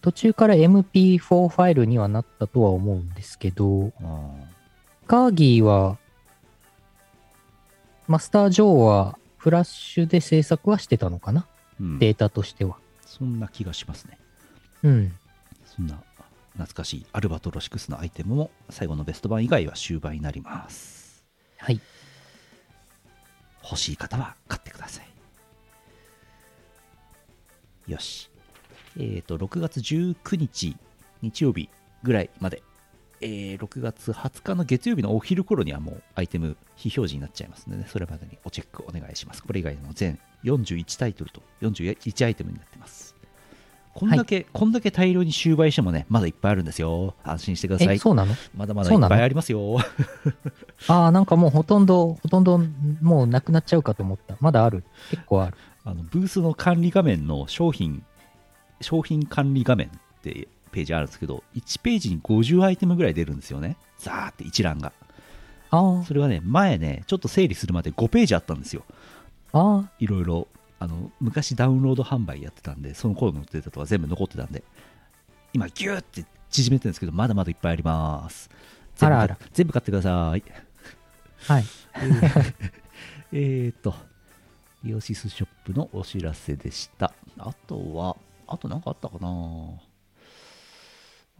途中から MP4 ファイルにはなったとは思うんですけど、
あー
カーギーは、マスター・ジョーはフラッシュで制作はしてたのかな、
うん
データとしては。
そんな気がしますね
うん。
そんな懐かしいアルバトロシクスのアイテムも最後のベスト版以外は終売になります
はい。
欲しい方は買ってくださいよしえっ、と6月19日日曜日ぐらいまで、えー6月20日の月曜日のお昼頃にはもうアイテム非表示になっちゃいますので、ね、それまでにおチェックお願いしますこれ以外の全41タイトルと41アイテムになってますこんだけ、こんだけ大量に終売してもねまだいっぱいあるんですよ安心してくださ
え、
い
そうなの
まだまだい
そうな
っ
の
ぱいありますよ
ああ、なんかもうほとんど、ほとんどもうなくなっちゃうかと思った。まだある。結構ある。
あのブースの管理画面の商品商品管理画面ってページあるんですけど1ページに50アイテムぐらい出るんですよねザーって一覧が
あ
それはね前ねちょっと整理するまで5ページあったんですよ
あ、あ
いろいろあの昔ダウンロード販売やってたんでその頃のデータとか全部残ってたんで今ギューって縮めてるんですけどまだまだいっぱいあります全部
あらあら
全部買ってください
あ、はい。
えーと、イオシスショップのお知らせでした。あとは、あとなんかあったかな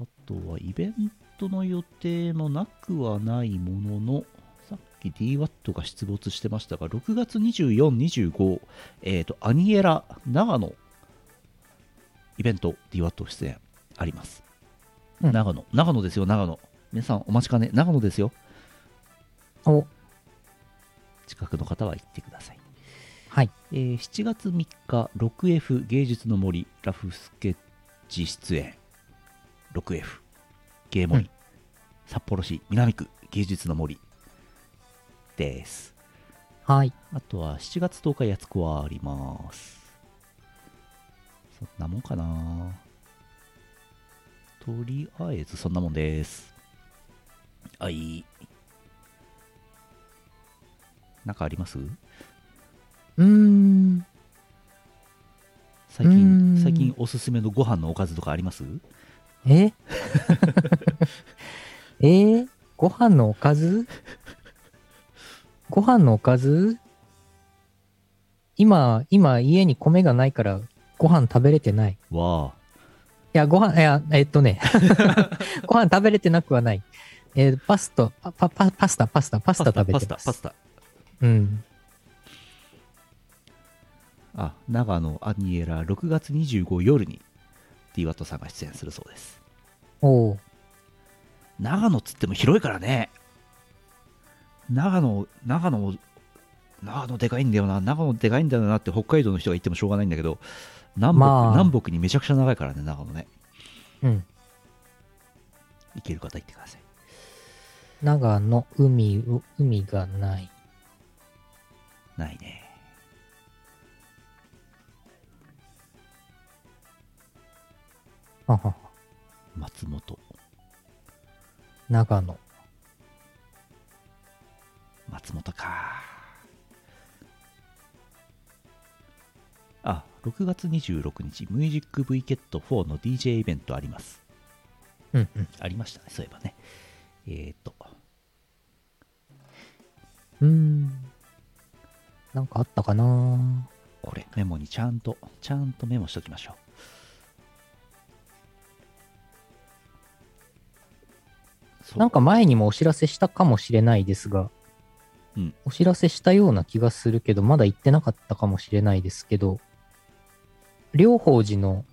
あとは、イベントの予定もなくはないものの、さっき DWAT が出没してましたが、6月24、25、えーと、アニエラ長野イベント DWAT 出演あります。
うん
長野、長野ですよ、長野。皆さんお待ちかね、長野ですよ。
お、
近くの方は行ってください。
はい。
えー7月3日 6F 芸術の森ラフスケッチ出演 6F 芸森、
うん
札幌市南区芸術の森です
はい。
あとは7月10日やつこはありますそんなもんかなとりあえずそんなもんですはいなんかあります
うーん。
最
うー
近
ん
最近おすすめのご飯のおかずとかあります
え えーご飯のおかずご飯のおかず今、今家に米がないからご飯食べれてない。い
わあ
や、ご飯、いや、えっとね、 ご飯食べれてなくはない。えーパスタ、パパパパスタ、パスタ、パスタ食べて
パ
ま
ス
す。
タパスタ
うん。
あ長野アニエラ6月25夜に DWAT さんが出演するそうです
おう
長野っつっても広いからね長野、長野も、長野でかいんだよな、長野でかいんだよなって北海道の人が言ってもしょうがないんだけど、南北,、
まあ
南北にめちゃくちゃ長いからね、長野ね。
うん。
行ける方行ってください。
長野、海、う海がない。
ないね。
はは
松本、
長野。
松本か。あ、6月26日、ミュージック v ケット4の DJ イベントあります。
うんうん。
ありましたね、そういえばね。えっ、と、
うーん。なんかあったかな
これ、メモにちゃんと、ちゃんとメモしときましょう。そう
なんか前にもお知らせしたかもしれないですが、
うん
お知らせしたような気がするけど、まだ言ってなかったかもしれないですけど、両方寺の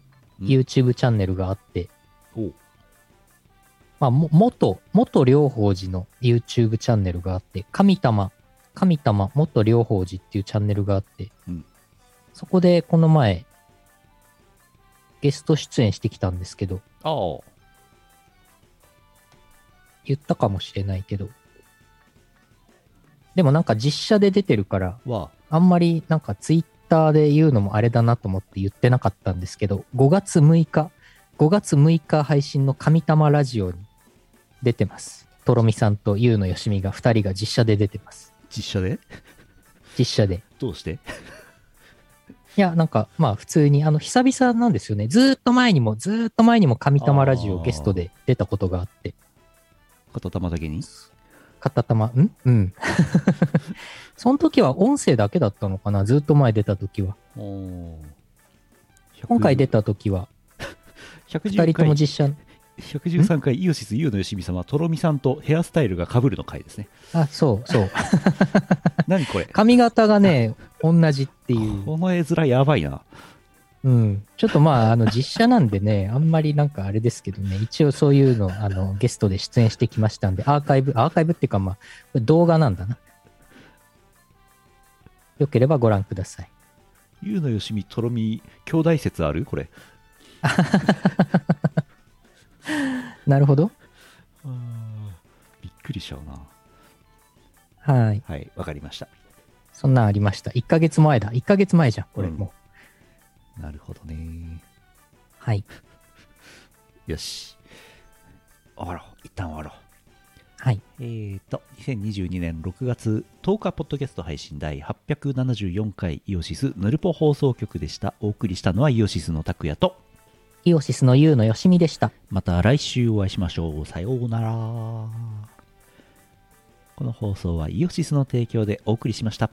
YouTube チャンネルがあって、
おう
まあ、も元、元両方寺の YouTube チャンネルがあって、神玉、神玉元両方寺っていうチャンネルがあって、
うん
そこでこの前、ゲスト出演してきたんですけど、
ああ、
言ったかもしれないけど、でもなんか実写で出てるから、
は、
あんまりなんかツイッターで言うのもあれだなと思って言ってなかったんですけど、5月6日、5月6日配信の神玉ラジオに出てます。とろみさんとゆうのよしみが2人が実写で出てます。
実写で
実写で。
どうして
いや、なんかまあ普通に、あの、久々なんですよね。ずーっと前にも、ずーっと前にも神玉ラジオゲストで出たことがあって、
片玉だけに
片玉、んうん。 その時は音声だけだったのかなずーっと前出た時は。
お
今回出
で
た時は、
110
2人とも
回
実写、
113回イオシス U のよしみ様とろみさんとヘアスタイルがかぶるの回 ですね
あ、そう、そう。
何これ
髪型がね、同じっていう。
この絵面やばいな
うん。ちょっとまあ、あの、実写なんでね、あんまりなんかあれですけどね、一応そういうの、あの、ゲストで出演してきましたんで、アーカイブ、アーカイブっていうかまあ、これ動画なんだな。よければご覧ください。
U のよしみとろみ兄弟説あるこれ
なるほど。
びっくりしちゃうな
はい。
はいわかりました
そんなんありました。1ヶ月前だ。1ヶ月前じゃん、これ
うん
もう。
なるほどね
はい。
よし終わろう一旦終わろう
はい。
えーと、2022年6月10日、ポッドキャスト配信第874回イオシスヌルポ放送局でした。お送りしたのはイオシスの拓也と、
イオシスのユウのよしみでした。
また来週お会いしましょう。さようなら。この放送はイオシスの提供でお送りしました。